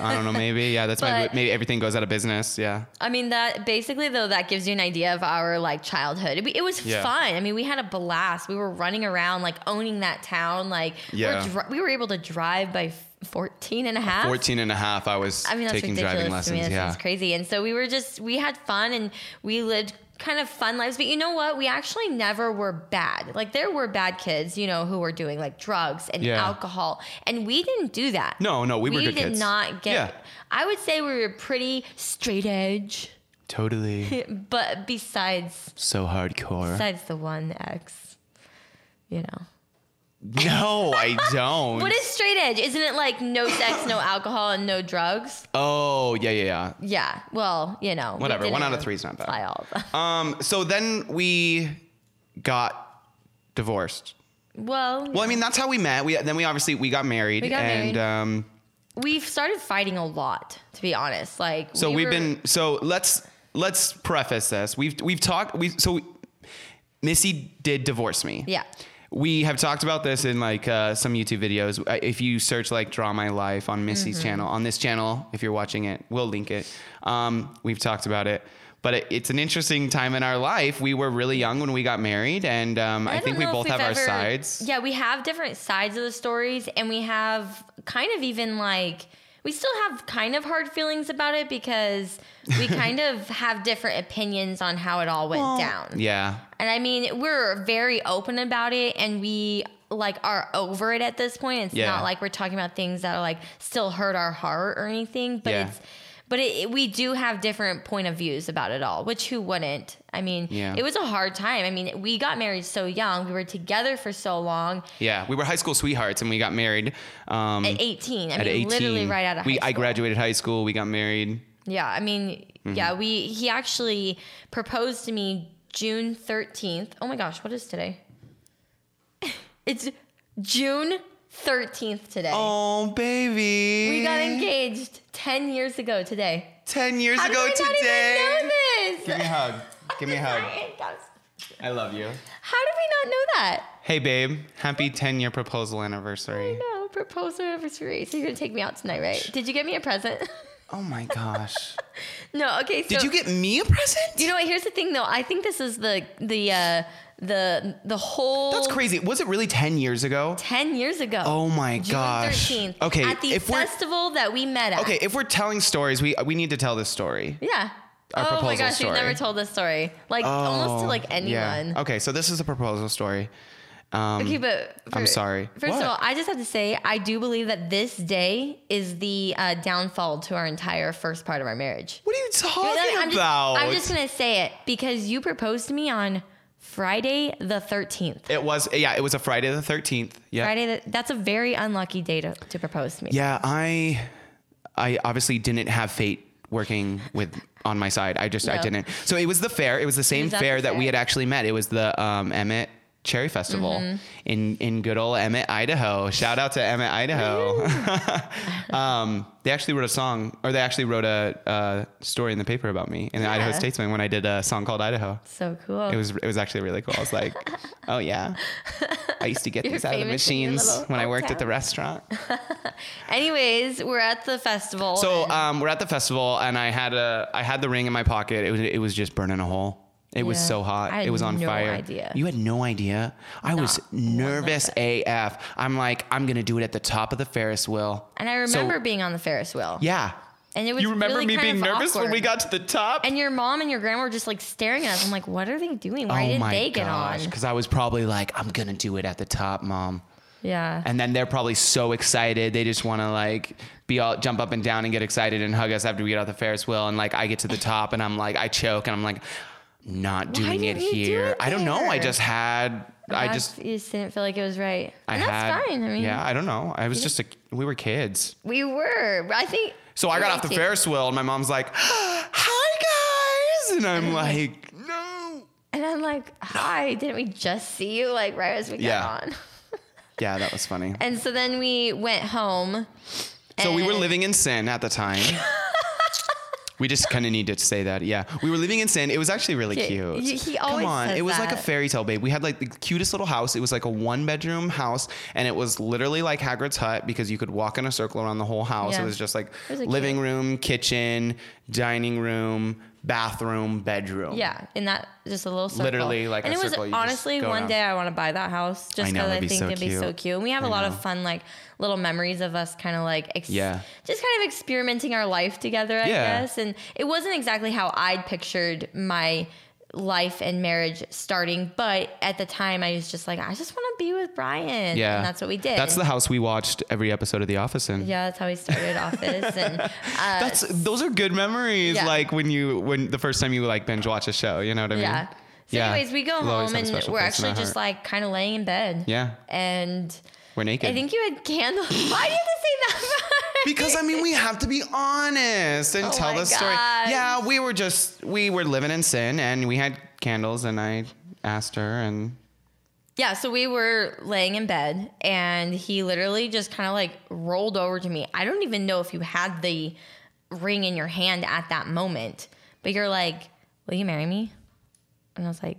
B: I don't know, maybe. Yeah, that's
C: But-
B: why maybe everything goes out of business. Yeah.
C: I mean that basically though that gives you an idea of our like childhood. It, it was
B: Yeah.
C: fun. I mean we had a blast. We were running around like owning that town. Like
B: Yeah.
C: we're, dri- we were able to drive by 14 and a half.
B: 14 and a half, I was
C: I mean that's
B: taking
C: ridiculous
B: driving
C: to
B: lessons.
C: me. That's
B: yeah.
C: that's crazy. And so we were just we had fun and we lived kind of fun lives. But you know what? We actually never were bad. Like there were bad kids, you know, who were doing like drugs and
B: Yeah.
C: alcohol, and we didn't do that.
B: No, no, we were good
C: did
B: kids.
C: not get.
B: Yeah.
C: I would say we were pretty straight edge.
B: Totally.
C: But besides
B: so hardcore.
C: besides the one X, you know.
B: no, I don't.
C: What is straight edge? Isn't it like no sex, no alcohol, and no drugs?
B: oh, yeah, yeah, yeah.
C: Yeah. Well, you know. we
B: Whatever, one
C: didn't
B: Um, out of three is not bad.
C: Fly all of them.
B: Um, so then we got divorced.
C: Well,
B: Well, I mean, that's how we met. We then we obviously we got married.
C: We got
B: and
C: married.
B: um
C: we've started fighting a lot, to be honest. Like,
B: so
C: we
B: we've
C: were-
B: been so let's let's preface this. We've we've talked we so Missy did divorce me.
C: yeah,
B: We have talked about this in like uh, some YouTube videos. Uh, If you search like "Draw My Life" on
C: Mm-hmm.
B: Missy's channel, on this channel, if you're watching it, we'll link it. Um, we've talked about it, but it, it's an interesting time in our life. We were really young when we got married, and um, I,
C: don't
B: think we
C: know if
B: both
C: we've
B: have our
C: ever-
B: sides.
C: Yeah, we have different sides of the stories, and we have kind of even like we still have kind of hard feelings about it because we kind of have different opinions on how it all went down.
B: Yeah,
C: And I mean, we're very open about it and we like are over it at this point. It's
B: Yeah.
C: not like we're talking about things that are like still hurt our heart or anything, but
B: Yeah.
C: it's but it, it- we do have different point of views about it all, which who wouldn't? I mean,
B: Yeah.
C: it was a hard time. I mean, we got married so young. We were together for so long.
B: yeah. We were high school sweethearts, and we got married um,
C: At 18, I
B: at
C: mean,
B: 18.
C: literally right out of high
B: we,
C: school.
B: I graduated high school. We got married.
C: Yeah, I mean,
B: Mm-hmm.
C: yeah, we he actually proposed to me June 13th. Oh my gosh, what is today? it's June 13th today.
B: Oh baby,
C: We got engaged 10 years ago today.
B: ten years
C: How did
B: ago
C: I not
B: today.
C: even know
B: Give me a
C: this?
B: hug. Give me a hug.
C: How
B: I love you.
C: did we not know that?
B: Hey, babe. Happy 10 year proposal anniversary.
C: No, proposal anniversary. So you're gonna take me out tonight, right? Did you get me a present?
B: Oh my gosh.
C: no, okay. So
B: Did you get me a present?
C: You know what? Here's the thing, though. I think this is the the uh, the the whole.
B: That's crazy. Was it really 10 years ago?
C: Ten years ago.
B: Oh my
C: June
B: gosh.
C: 13th.
B: Okay,
C: At the
B: if we're-
C: festival that we met at.
B: Okay, if we're telling stories, we we need to tell this story.
C: Yeah.
B: Our
C: oh
B: proposal
C: my gosh,
B: story.
C: we've never told this story. Like almost to
B: Oh,
C: like
B: yeah.
C: anyone.
B: Okay, so this is a proposal story. Um,
C: Okay, but
B: I'm
C: fir-
B: sorry.
C: First
B: What?
C: of all, I just have to say I do believe that this day is the uh, downfall to our entire first part of our marriage.
B: what are you talking
C: I'm just,
B: about?
C: I'm just gonna say it because you proposed to me on Friday the 13th.
B: it was yeah, it was a Friday the 13th. Yeah.
C: Friday, the, that's a very unlucky day to, to propose to me.
B: Yeah, I I obviously didn't have fate working with on my side. I just I
C: No.
B: didn't. So it was the fair. It was the same
C: was at the
B: fair that we
C: fair.
B: had actually met. It was the um, Emmett Cherry Festival
C: Mm-hmm.
B: in in good old Emmett, Idaho. Shout out to Emmett, Idaho. um, they actually wrote a song, or they actually wrote a, uh story in the paper about me in the Idaho
C: Yeah.
B: Statesman when I did a song called Idaho.
C: So cool.
B: It was it was actually really cool. I was like, oh yeah, I used to get
C: You're
B: these out of the
C: famous in your
B: machines
C: little
B: when I worked at
C: hometown.
B: the restaurant.
C: Anyways, we're at the festival.
B: So um, we're at the festival, and I had a I had the ring in my pocket. It was it was just burning a hole. It was
C: Yeah.
B: so hot.
C: I had
B: it was on
C: no
B: fire.
C: idea.
B: You had no idea. I was nervous AF. I'm like, I'm gonna do it at the top of the Ferris wheel.
C: and I
B: So-
C: remember being on the Ferris wheel.
B: yeah.
C: And it was
B: You remember
C: really
B: me
C: kind
B: being
C: of
B: nervous when we
C: awkward.
B: got to the top?
C: And your mom and your grandma were just like staring at us. I'm like, what are they doing?
B: Oh
C: Why didn't they get on?
B: Because I was probably like, I'm gonna do it at the top, mom.
C: Yeah.
B: And then they're probably so excited. They just want to like be all jump up and down and get excited and hug us after we get off the Ferris wheel. And like I get to the top and I'm like, I choke and I'm like, not doing it
C: didn't you do
B: here.
C: it
B: I don't know. I
C: there?
B: just had, I
C: That's-
B: just,
C: you just didn't feel like it was right.
B: I
C: and that's
B: had,
C: fine. I mean,
B: yeah, I don't know. I was just a, we were kids.
C: we were. I think.
B: So I got off the
C: 18.
B: Ferris wheel and my mom's like, hi guys. And I'm like, no.
C: And I'm like, hi, didn't we just see you like right as we
B: Yeah.
C: got on?
B: Yeah, that was funny.
C: And so then we went home.
B: So we were
C: and-
B: living in sin at the time. we just kind of needed to say that. Yeah, we were living in sin. It was actually really
C: Yeah,
B: cute.
C: he- he
B: Come
C: always
B: on,
C: says
B: it was like a
C: that.
B: fairy tale, babe. We had like the cutest little house. It was like a one bedroom house, and it was literally like Hagrid's hut because you could walk in a circle around the whole house. It
C: Yeah.
B: was just like
C: It was a
B: living room, kitchen, dining room, bathroom, bedroom.
C: Yeah, in that just a little circle.
B: Literally, like,
C: and
B: a
C: it was
B: circle you just
C: honestly
B: go
C: one
B: around.
C: day I want to buy that house just
B: I know,
C: because I,
B: that'd be
C: think
B: so
C: it'd be so
B: cute.
C: cute. And we have a lot of fun like little memories of us kind of like ex-
B: Yeah.
C: just kind of experimenting our life together, I
B: Yeah.
C: guess. And it wasn't exactly how I'd pictured my life and marriage starting, but at the time I was just like I just want to be with Brian.
B: yeah.
C: and that's what we did.
B: That's the house we watched every episode of The Office in.
C: yeah, that's how we started office and uh,
B: That's those are good memories.
C: Yeah.
B: Like when you when the first time you like binge watch a show, you know what I mean?
C: yeah. So,
B: Yeah.
C: anyways, we go
B: We'll always have
C: home
B: a
C: and
B: special
C: we're
B: place in
C: actually
B: our
C: just
B: heart.
C: like kind of laying in bed.
B: yeah,
C: and
B: we're naked.
C: I think you had candles. Why do you have to say that?
B: because I mean we have to be honest and
C: Oh
B: tell
C: my
B: the story.
C: gosh.
B: Yeah, we were just we were living in sin and we had candles and I asked her, and
C: Yeah, so we were laying in bed and he literally just kind of like rolled over to me. I don't even know if you had the ring in your hand at that moment, but you're like, Will you marry me? And I was like,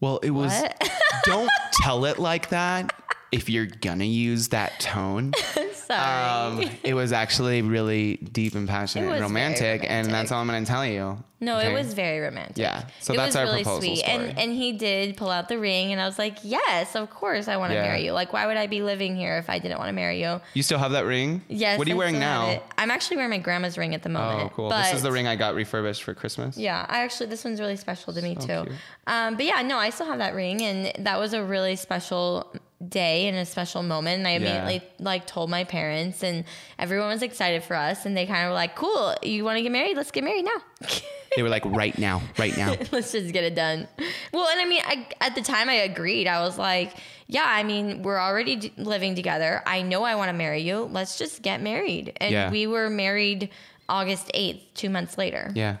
B: well, it was.
C: What?
B: don't tell it like that. If you're gonna use that tone,
C: Sorry.
B: um, it was actually really deep and passionate and
C: was very
B: romantic, and that's
C: romantic.
B: all I'm gonna tell you.
C: no,
B: okay?
C: it was very romantic.
B: Yeah, so
C: it
B: that's
C: was
B: our
C: really
B: proposal
C: sweet.
B: story.
C: And and he did pull out the ring and I was like, Yes, of course I want to
B: Yeah.
C: marry you. Like, why would I be living here if I didn't want to marry you?
B: You still have that ring?
C: Yes.
B: What are you
C: I
B: wearing
C: still have
B: now?
C: it. I'm actually wearing my grandma's ring at the moment.
B: Oh, cool.
C: But
B: This is the ring I got refurbished for Christmas.
C: Yeah, I actually this one's really special to me too.
B: cute.
C: Um, but yeah, no, I still have that ring, and that was a really special day and a special moment. And I immediately like told my parents, and everyone was excited for us, and they kind of were like, "Cool, you want to get married? Let's get married now.
B: They were like, right now, right now.
C: Let's just get it done." Well, and I mean, I, at the time, I agreed. I was like, "Yeah, I mean, we're already d- living together. I know I want to marry you. Let's just get married." And
B: Yeah.
C: we were married August eighth, two months later.
B: yeah.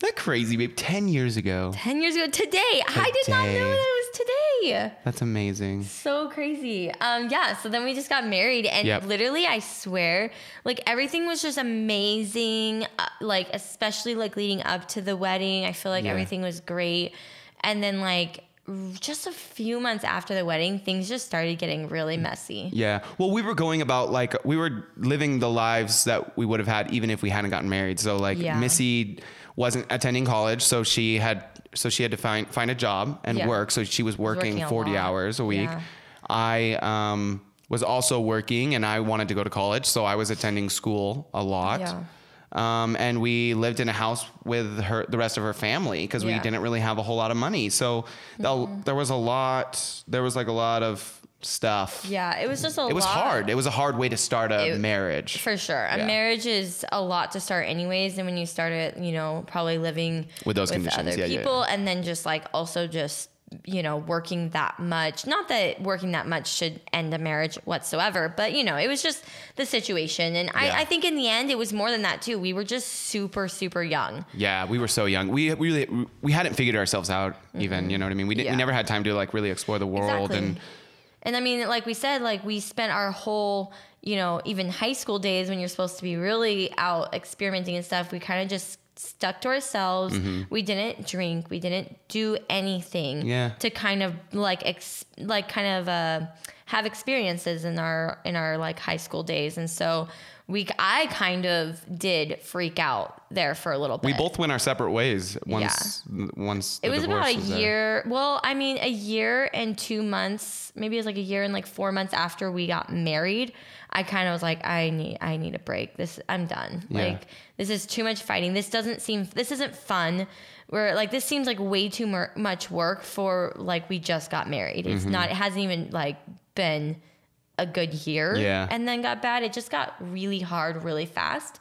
B: That crazy, babe. 10 years ago.
C: 10 years ago today. I did not know
B: Today.
C: that it was today.
B: That's amazing.
C: So crazy. Um yeah, so then we just got married and
B: Yep.
C: literally I swear like everything was just amazing uh, like especially like leading up to the wedding. I feel like
B: Yeah.
C: everything was great. And then like r- just a few months after the wedding, things just started getting
B: Mm.
C: really messy.
B: Yeah. Well, we were going about like, we were living the lives that we would have had even if we hadn't gotten married. So, like,
C: Yeah.
B: Missy wasn't attending college. So, she had. So she had to find find a job and
C: Yeah.
B: work. So she was working,
C: working a
B: 40
C: lot.
B: hours a week.
C: Yeah.
B: I um, was also working and I wanted to go to college. So I was attending school a lot.
C: Yeah.
B: um, and we lived in a house with her the rest of her family because we
C: Yeah. Mm-hmm.
B: didn't really have a whole lot of money so the- there was a lot there was like a lot of stuff
C: Yeah, it was just a
B: it was
C: lot.
B: hard it was a hard way to start a marriage
C: For sure. A
B: Yeah.
C: marriage is a lot to start anyways. And when you start it, you know, probably living
B: With those conditions.
C: other
B: Yeah, yeah,
C: people and then just like also just, you know, working that much. Not that working that much should end a marriage whatsoever, but you know, it was just the situation. And
B: Yeah.
C: I, I think in the end it was more than that too. We were just super, super young.
B: yeah we were so young we, we really we hadn't figured ourselves out even you know what i mean we, didn't,
C: Yeah.
B: we never had time to like really explore the world
C: Exactly.
B: and
C: And I mean, like we said, like we spent our whole, you know, even high school days when you're supposed to be really out experimenting and stuff, we kind of just stuck to ourselves.
B: Mm-hmm.
C: We didn't drink, we didn't do anything
B: Yeah.
C: to kind of like ex- like kind of uh have experiences in our in our like high school days. And so we I kind of did freak out there for a little bit.
B: we both went our separate ways once once
C: It
B: the
C: was about
B: divorce
C: a
B: was there.
C: year. Well, I mean, a year and two months. Maybe it was like a year and like four months after we got married. I kind of was like, I need, I need a break. This, I'm done.
B: Yeah.
C: Like, this is too much fighting. This doesn't seem. This isn't fun. We're like, this seems like way too mer- much work for like we just got married.
B: Mm-hmm.
C: It's not. It hasn't even like been a good year.
B: Yeah.
C: And then got bad. It just got really hard, really fast.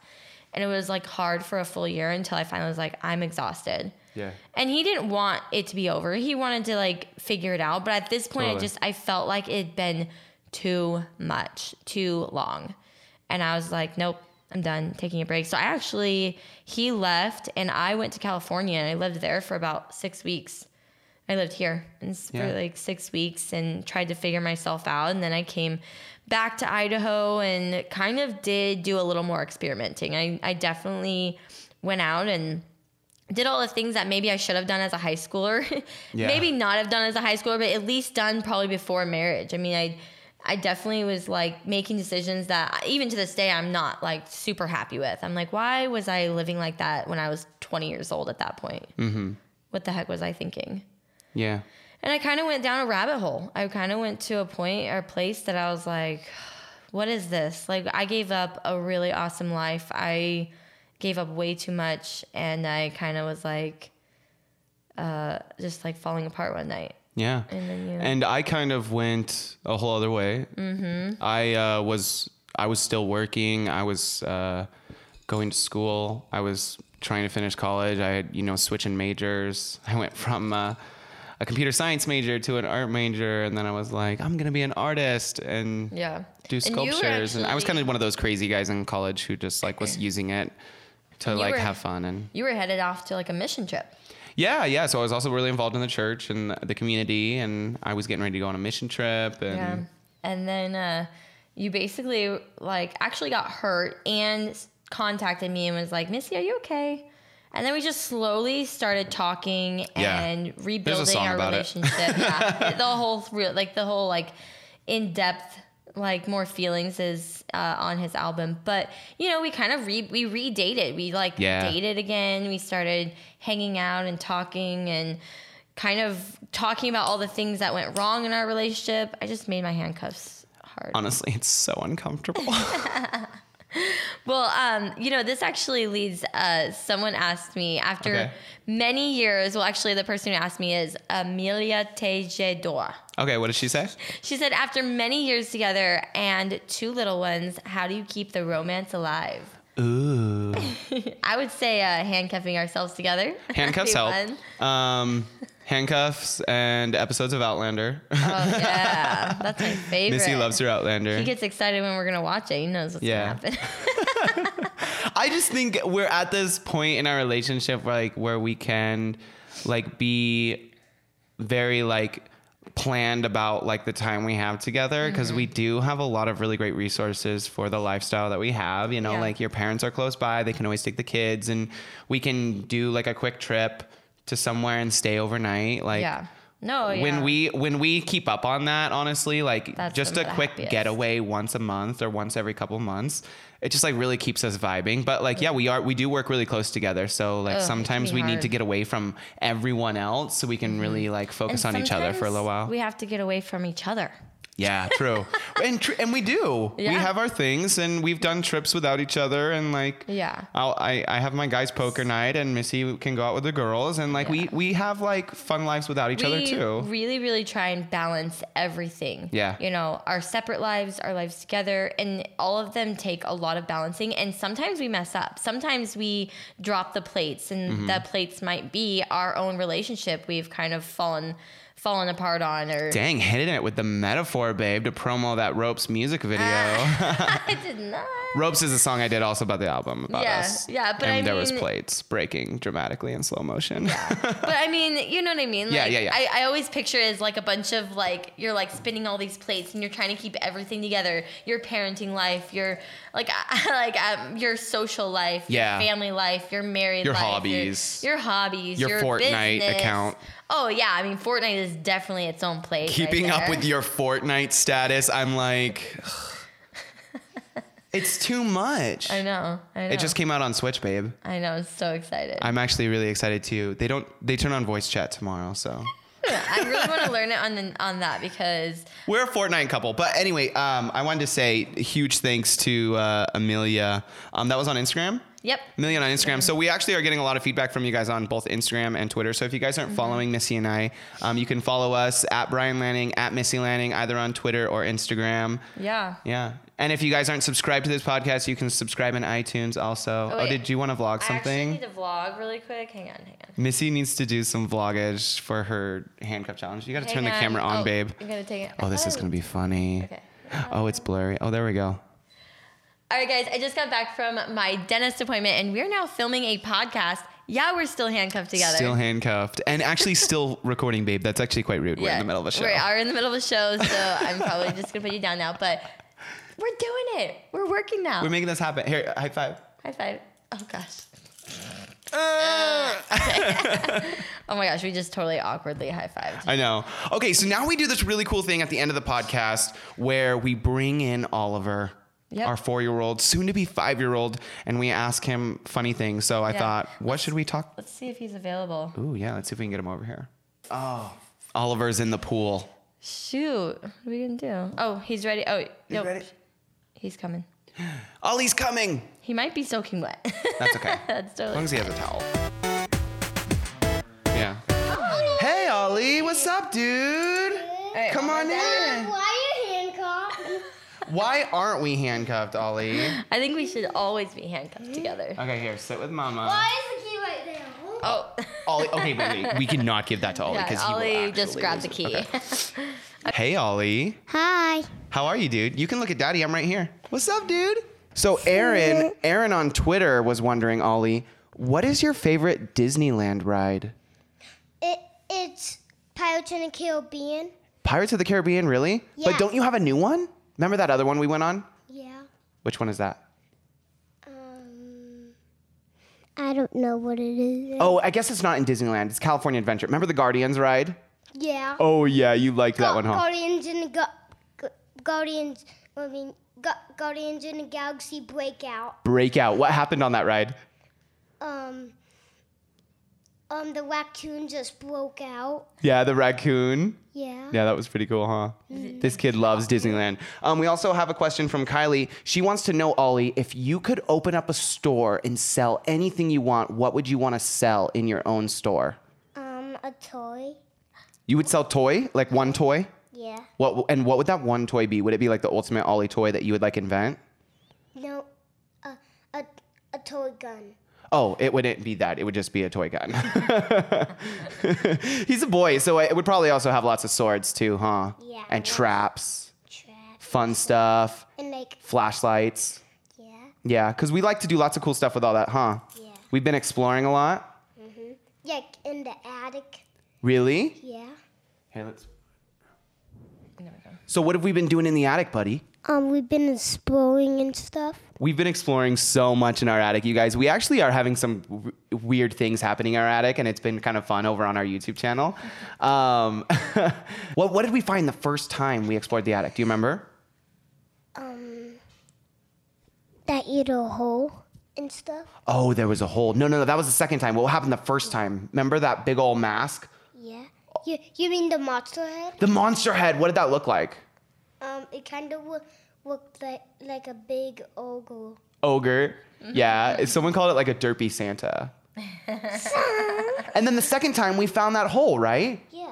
C: And it was like hard for a full year until I finally was like, I'm exhausted.
B: yeah
C: And he didn't want it to be over. He wanted to like figure it out. But at this point, I
B: Totally.
C: just I felt like it'd been too much, too long, and I was like, nope, I'm done taking a break. So I actually he left, and I went to California, and I lived there for about six weeks. I lived here and s- for
B: Yeah.
C: like six weeks and tried to figure myself out. And then I came back to Idaho and kind of did do a little more experimenting. I, I definitely went out and did all the things that maybe I should have done as a high schooler.
B: Yeah.
C: Maybe not have done as a high schooler, but at least done probably before marriage. I mean, I I definitely was like making decisions that even to this day I'm not like super happy with. I'm like, why was I living like that when I was 20 years old at that point? Mm-hmm. What the heck was I thinking?
B: yeah
C: And I kind of went down a rabbit hole. I kind of went to a point or place that I was like, what is this? Like, I gave up a really awesome life. I gave up way too much. And I kind of was like, uh, just like falling apart one night.
B: Yeah.
C: And then you-
B: And I kind of went a whole other way. Mm-hmm. I uh, was I was still working. I was uh, going to school. I was trying to finish college. I had you know switching majors. I went from uh, a computer science major to an art major, and then I was like, I'm gonna be an artist and
C: Yeah.
B: do
C: And you were
B: sculptures. And, I was
C: actually-
B: kind of one of those crazy guys in college who just like was using it to
C: you
B: like
C: were-
B: have fun and
C: You were headed off to like a mission trip.
B: Yeah, yeah. So I was also really involved in the church and the community, and I was getting ready to go on a mission trip. And
C: Yeah. And then uh, you basically like actually got hurt and s- contacted me and was like, Missy, are you okay? And then we just slowly started talking
B: Yeah.
C: and rebuilding
B: song
C: our
B: about it.
C: relationship. yeah. The whole real like the whole like in depth like more feelings is uh, on his album but you know we kind of re we redated we like
B: Yeah.
C: dated again we started hanging out and talking and kind of talking about all the things that went wrong in our relationship. I just made my handcuffs hard.
B: honestly, it's so uncomfortable.
C: well, um, you know, this actually leads. Uh, someone asked me after
B: Okay.
C: many years. Well, actually, the person who asked me is Amelia Tejedor.
B: okay, what did she say?
C: She said, after many years together and two little ones, how do you keep the romance alive?
B: Ooh,
C: I would say uh, handcuffing ourselves together.
B: handcuffs
C: Be
B: help.
C: fun.
B: Um, handcuffs and episodes of Outlander.
C: Oh, yeah, that's my favorite.
B: Missy loves her Outlander.
C: He gets excited when we're gonna watch it. He knows what's
B: Yeah.
C: gonna happen.
B: I just think we're at this point in our relationship where like where we can like be very like planned about like the time we have together because we
C: Mm-hmm.
B: do have a lot of really great resources for the lifestyle that we have you know
C: Yeah.
B: like your parents are close by they can always take the kids and we can do like a quick trip to somewhere and stay overnight like
C: yeah. No. Oh, Yeah.
B: when we when we keep up on that honestly like
C: That's
B: just
C: the-
B: a
C: the
B: quick
C: happiest.
B: getaway once a month or once every couple months it just like really keeps us vibing but like yeah we are we do work really close together so like
C: Ugh, it can
B: sometimes
C: be
B: we need
C: hard. Mm-hmm.
B: to get away from everyone else so we can really like
C: And
B: focus on each other for a little
C: sometimes
B: while
C: We have to get away from each other.
B: yeah true and tr- and we do we
C: Yeah.
B: have our things and we've done trips without each other and like
C: Yeah.
B: I'll, I, I have my guys poker night and Missy can go out with the girls and like
C: Yeah.
B: we we have like fun lives without each other
C: we
B: too
C: really, really try and balance everything.
B: Yeah.
C: You know, our separate lives, our lives together, and all of them take a lot of balancing. And sometimes we mess up. Sometimes we drop the plates, and
B: Mm-hmm.
C: the plates might be our own relationship we've kind of fallen fallen apart on or
B: Dang, hitting it with the metaphor, babe, to promo that Ropes music video.
C: I did not.
B: Ropes is a song I did also about the album about
C: Yeah,
B: us.
C: yeah, but
B: and
C: I
B: there was
C: mean-
B: plates breaking dramatically in slow motion.
C: But I mean, you know what I mean? Like,
B: Yeah, yeah, yeah.
C: I, I always picture it as like a bunch of like, you're like spinning all these plates and you're trying to keep everything together. Your parenting life, your like, like um, your social life,
B: Yeah.
C: your family life, your married
B: Your
C: life,
B: hobbies.
C: your, your hobbies,
B: Your
C: your,
B: Fortnite
C: business.
B: account.
C: Oh, yeah. I mean, Fortnite is definitely its own plate. right
B: Keeping up
C: there.
B: with your Fortnite status, I'm like, it's too much.
C: I know. I know.
B: It just came out on Switch, babe.
C: I know. I'm so excited.
B: I'm actually really excited too. They don't. They turn on voice chat tomorrow, so.
C: I really want to learn it on, the, on that because
B: We're a Fortnite couple, but anyway, um, I wanted to say a huge thanks to uh, Amelia. Um, that was on Instagram.
C: Yep.
B: Million on Instagram. So we actually are getting a lot of feedback from you guys on both Instagram and Twitter. So if you guys
C: Mm-hmm.
B: aren't following Missy and I, um, you can follow us at Brian Lanning at Missy Lanning either on Twitter or Instagram.
C: yeah.
B: Yeah. And if you guys aren't subscribed to this podcast, you can subscribe in iTunes also. Oh,
C: wait.
B: did you want to vlog
C: I actually
B: something?
C: need to vlog really quick. Hang on, hang on.
B: Missy needs to do some vloggage for her handcuff challenge. You got to turn the
C: Hang on.
B: camera on,
C: Oh,
B: babe.
C: I'm gonna take it.
B: Oh, this is going to be funny.
C: Okay.
B: Oh, it's blurry. Oh, there we go.
C: All right, guys. I just got back from my dentist appointment, and we're now filming a podcast. Yeah, we're still handcuffed together.
B: Still handcuffed and actually still recording, babe. That's actually quite rude. We're in the middle of a show.
C: We are in the middle of a show, so I'm probably just gonna put you down now. But we're doing it. We're working now.
B: We're making this happen. Here, high five.
C: High five. Oh gosh.
B: Uh.
C: Oh my gosh. We just totally awkwardly high fived.
B: I know. Okay, so now we do this really cool thing at the end of the podcast where we bring in Oliver,
C: Yep.
B: our four year old, soon to be five year old, and we ask him funny things. So I
C: Yeah.
B: thought, what should we talk?
C: Let's see if he's available.
B: Ooh, yeah, let's see if we can get him over here. Oh, Oliver's in the pool.
C: Shoot. What are we gonna do? Oh, he's ready. Oh, nope.
B: ready?
C: He's coming.
B: Ollie's coming.
C: He might be soaking wet.
B: That's okay. as
C: That's totally.
B: long as he has a towel. Yeah. Hey, Ollie, what's up, dude?
C: Hey,
B: Come on in.
A: Why are you handcuffed?
B: Why aren't we handcuffed, Ollie?
C: I think we should always be handcuffed together.
B: Okay, here, sit with mama.
A: Why is the key right there?
C: Oh,
B: Ollie, okay, wait, wait. We cannot give that to Ollie
C: yeah,
B: because
C: Ollie just grabbed the key.
B: Hey, Ollie.
A: Hi.
B: How are you, dude? You can look at Daddy. I'm right here. What's up, dude? So Aaron, Aaron on Twitter was wondering, Ollie, what is your favorite Disneyland ride?
A: Pirates in the Caribbean.
B: Pirates of the Caribbean, really? But
A: Yeah.
B: don't you have a new one? Remember that other one we went on?
A: Yeah.
B: Which one is that?
A: Um, I don't know what it is.
B: Oh, I guess it's not in Disneyland. It's California Adventure. Remember the Guardians ride?
A: Yeah.
B: Oh yeah, you liked that
A: Gu-
B: one, huh?
A: Guardians in the Gu- Gu- Guardians. I mean, Gu- Guardians in the Galaxy Breakout.
B: Breakout. What happened on that ride?
A: Um. Um, the raccoon just broke out.
B: Yeah, the raccoon.
A: Yeah.
B: Yeah, that was pretty cool, huh? This kid loves Disneyland. Um, we also have a question from Kylie. She wants to know, Ollie, if you could open up a store and sell anything you want, what would you want to sell in your own store?
A: Um, a toy.
B: You would sell toy, like one toy.
A: Yeah.
B: What and what would that one toy be? Would it be like the ultimate Ollie toy that you would like invent?
A: No. A a a toy gun.
B: Oh, it wouldn't be that. It would just be a toy gun. He's a boy, so it would probably also have lots of swords too, huh?
A: Yeah.
B: And traps,
A: Trap.
B: fun stuff,
A: And like,
B: flashlights.
A: yeah.
B: Yeah, because we like to do lots of cool stuff with all that, huh?
A: Yeah.
B: We've been exploring a lot.
A: Yeah, in the attic.
B: Really?
A: Yeah.
B: Here, let's.
C: There we go.
B: So, what have we been doing in the attic, buddy?
A: Um, we've been exploring and stuff.
B: We've been exploring so much in our attic, you guys. We actually are having some w- weird things happening in our attic, and it's been kind of fun over on our YouTube channel. Um, what, what did we find the first time we explored the attic? Do you remember?
A: Um, that little hole and stuff.
B: Oh, there was a hole. No, no, no. That was the second time. What happened the first time? Remember that big old mask?
A: Yeah. You you mean the monster head?
B: The monster head. What did that look like?
A: Um, it kind of look, looked like like a big ogre.
B: ogre. Yeah, someone called it like a derpy Santa. and then the second time we found that hole, right?
A: Yeah.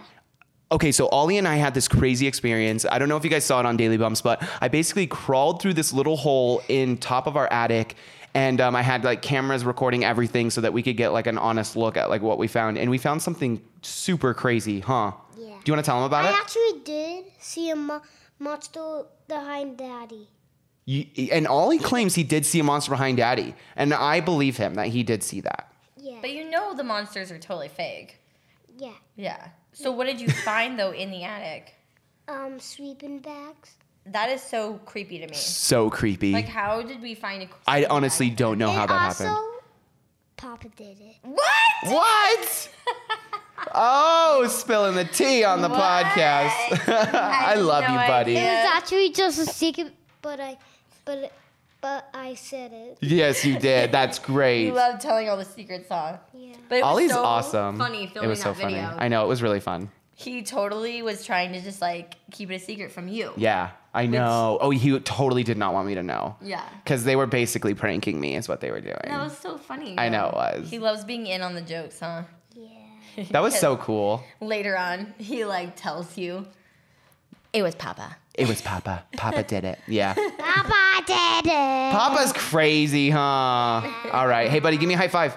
B: Okay, so Ollie and I had this crazy experience. I don't know if you guys saw it on Daily Bumps, but I basically crawled through this little hole in top of our attic. And um, I had like cameras recording everything so that we could get like an honest look at like what we found. And we found something super crazy, huh?
A: Yeah.
B: Do you want to tell them about
A: I
B: it?
A: actually did see a mo- monster behind Daddy.
B: You, and Ollie claims he did see a monster behind Daddy. And I believe him that he did see that.
A: Yeah.
C: But you know the monsters are totally fake.
A: Yeah.
C: Yeah. So what did you find though in the attic?
A: Um, sweeping bags.
C: That is so creepy to me.
B: So creepy.
C: Like how did we find a
B: I honestly don't know how
A: and
B: that
A: also,
B: happened.
A: Papa did it.
C: What?
B: What? oh, spilling the tea on the podcast.
C: What?
B: I,
C: had
B: love
C: no
B: you, buddy.
A: It
C: idea.
A: was
C: Yeah.
A: actually just a secret, but I, but, but I said it.
B: Yes, you did. That's great.
C: You love telling all the secrets, huh?
A: Yeah.
C: But it was
B: Ollie's
C: so
B: awesome.
C: Funny
B: it
C: filming
B: was so
C: that video.
B: funny. I know it was really fun.
C: He totally was trying to just like keep it a secret from you.
B: Yeah, I know. oh, he totally did not want me to know.
C: Yeah.
B: Because they were basically pranking me, is what they were doing.
C: That was so funny.
B: I know it
C: though.
B: was.
C: He loves being in on the jokes, huh?
A: Yeah.
B: that was so cool.
C: Later on, he like tells you it was Papa.
B: It was Papa. Papa did it. Yeah.
A: Papa did it.
B: Papa's crazy, huh? All right. Hey, buddy, give me a high five.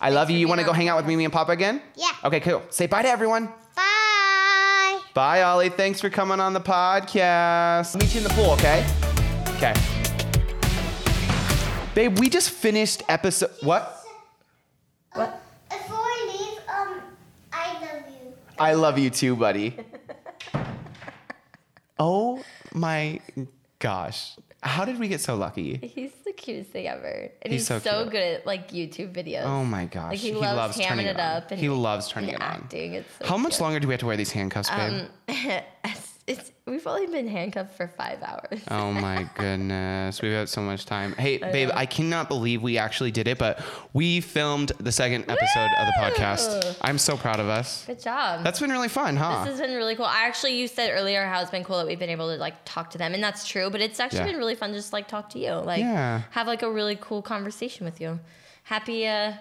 B: I love you. You want to go hang out with Mimi and Papa again?
A: Yeah.
B: Okay, cool. Say bye to everyone.
A: Bye.
B: Bye, Ollie. Thanks for coming on the podcast. Meet you in the pool, okay? Okay. Babe, we just finished episode. What?
C: What?
A: Before I leave, um, I love you.
B: I love you too, buddy. Oh my gosh. How did we get so lucky?
C: He's the cutest thing ever, and
B: He's
C: he's,
B: so
C: so,
B: cute.
C: good at like YouTube videos.
B: Oh my gosh.
C: Like, he loves hamming
B: turning
C: it
B: on.
C: up and-
B: he loves turning
C: and
B: it on.
C: acting. It's so
B: How much
C: cute.
B: longer do we have to wear these handcuffs, babe?
C: Um, it's, it's, we've only been handcuffed for five hours.
B: Oh my goodness, we've had so much time. Hey, babe, I cannot believe we actually did it, but we filmed the second episode of the podcast.
C: Woo!
B: I'm so proud of us.
C: Good job.
B: That's been really fun, huh?
C: this has been really cool. I actually, you said earlier how it's been cool that we've been able to like talk to them, and that's true. But it's actually
B: Yeah.
C: been really fun just like talk to you, like
B: Yeah.
C: have like a really cool conversation with you. Happy. uh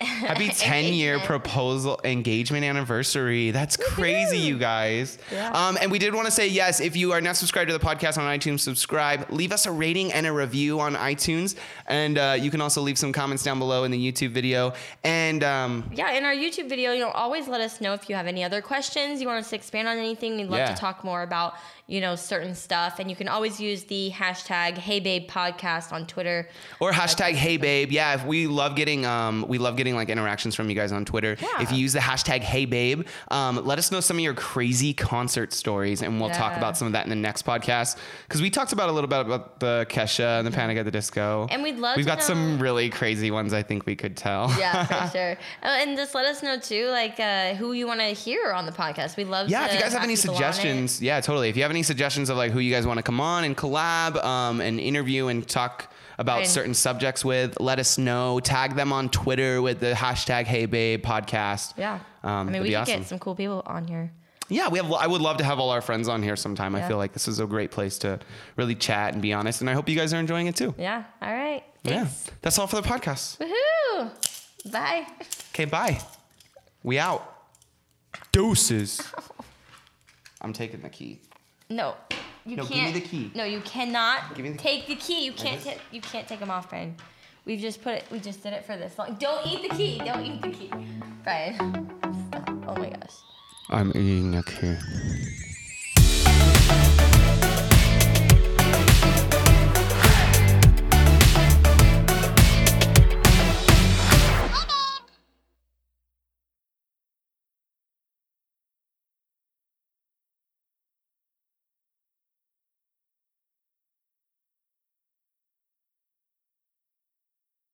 B: Happy 10 year proposal engagement anniversary. That's crazy, you guys.
C: Yeah.
B: Um, and we did want to say yes, if you are not subscribed to the podcast on iTunes, subscribe, leave us a rating and a review on iTunes. And uh, you can also leave some comments down below in the YouTube video. And um,
C: Yeah, in our YouTube video, you'll always let us know if you have any other questions, you want us to expand on anything, we'd love
B: Yeah.
C: to talk more about, you know, certain stuff. And you can always use the hashtag HeyBabePodcast on Twitter.
B: Or hashtag Hey Babe. Yeah, if we love getting um we love getting like interactions from you guys on Twitter. If you use the hashtag Hey Babe, um, let us know some of your crazy concert stories, and we'll talk
C: Yeah.
B: about some of that in the next podcast because we talked about a little bit about the Kesha and the Panic at the Disco,
C: And we'd love
B: We've
C: to
B: got
C: know-
B: some really crazy ones. I think we could tell.
C: Yeah, for sure. Oh, and just let us know too, like uh, who you want to hear on the podcast. We love.
B: Yeah,
C: to
B: if you guys have any
C: people on it.
B: suggestions, yeah, totally. If you have any suggestions of like who you guys want to come on and collab um, and interview and talk about
C: And-
B: certain subjects with, let us know. Tag them on Twitter with the hashtag Hey Babe Podcast.
C: Yeah,
B: um,
C: I mean,
B: that'd
C: we
B: be
C: could
B: awesome.
C: get some cool people on here.
B: Yeah, we have. I would love to have all our friends on here sometime. I
C: Yeah.
B: feel like this is a great place to really chat and be honest, and I hope you guys are enjoying it too.
C: Yeah. All right. Thanks.
B: Yeah, that's all for the podcast.
C: Woohoo! Bye.
B: Okay, bye. We out. Deuces. I'm taking the key.
C: No, you
B: No, give me
C: can't.
B: the key.
C: No, you cannot
B: Give me the-
C: take the key. You can't. ta- you can't take them off, Brian. We've just put it. We just did it for this long. Don't eat the key. Don't eat the key, Brian. Stop. Oh my gosh.
B: I'm eating a key.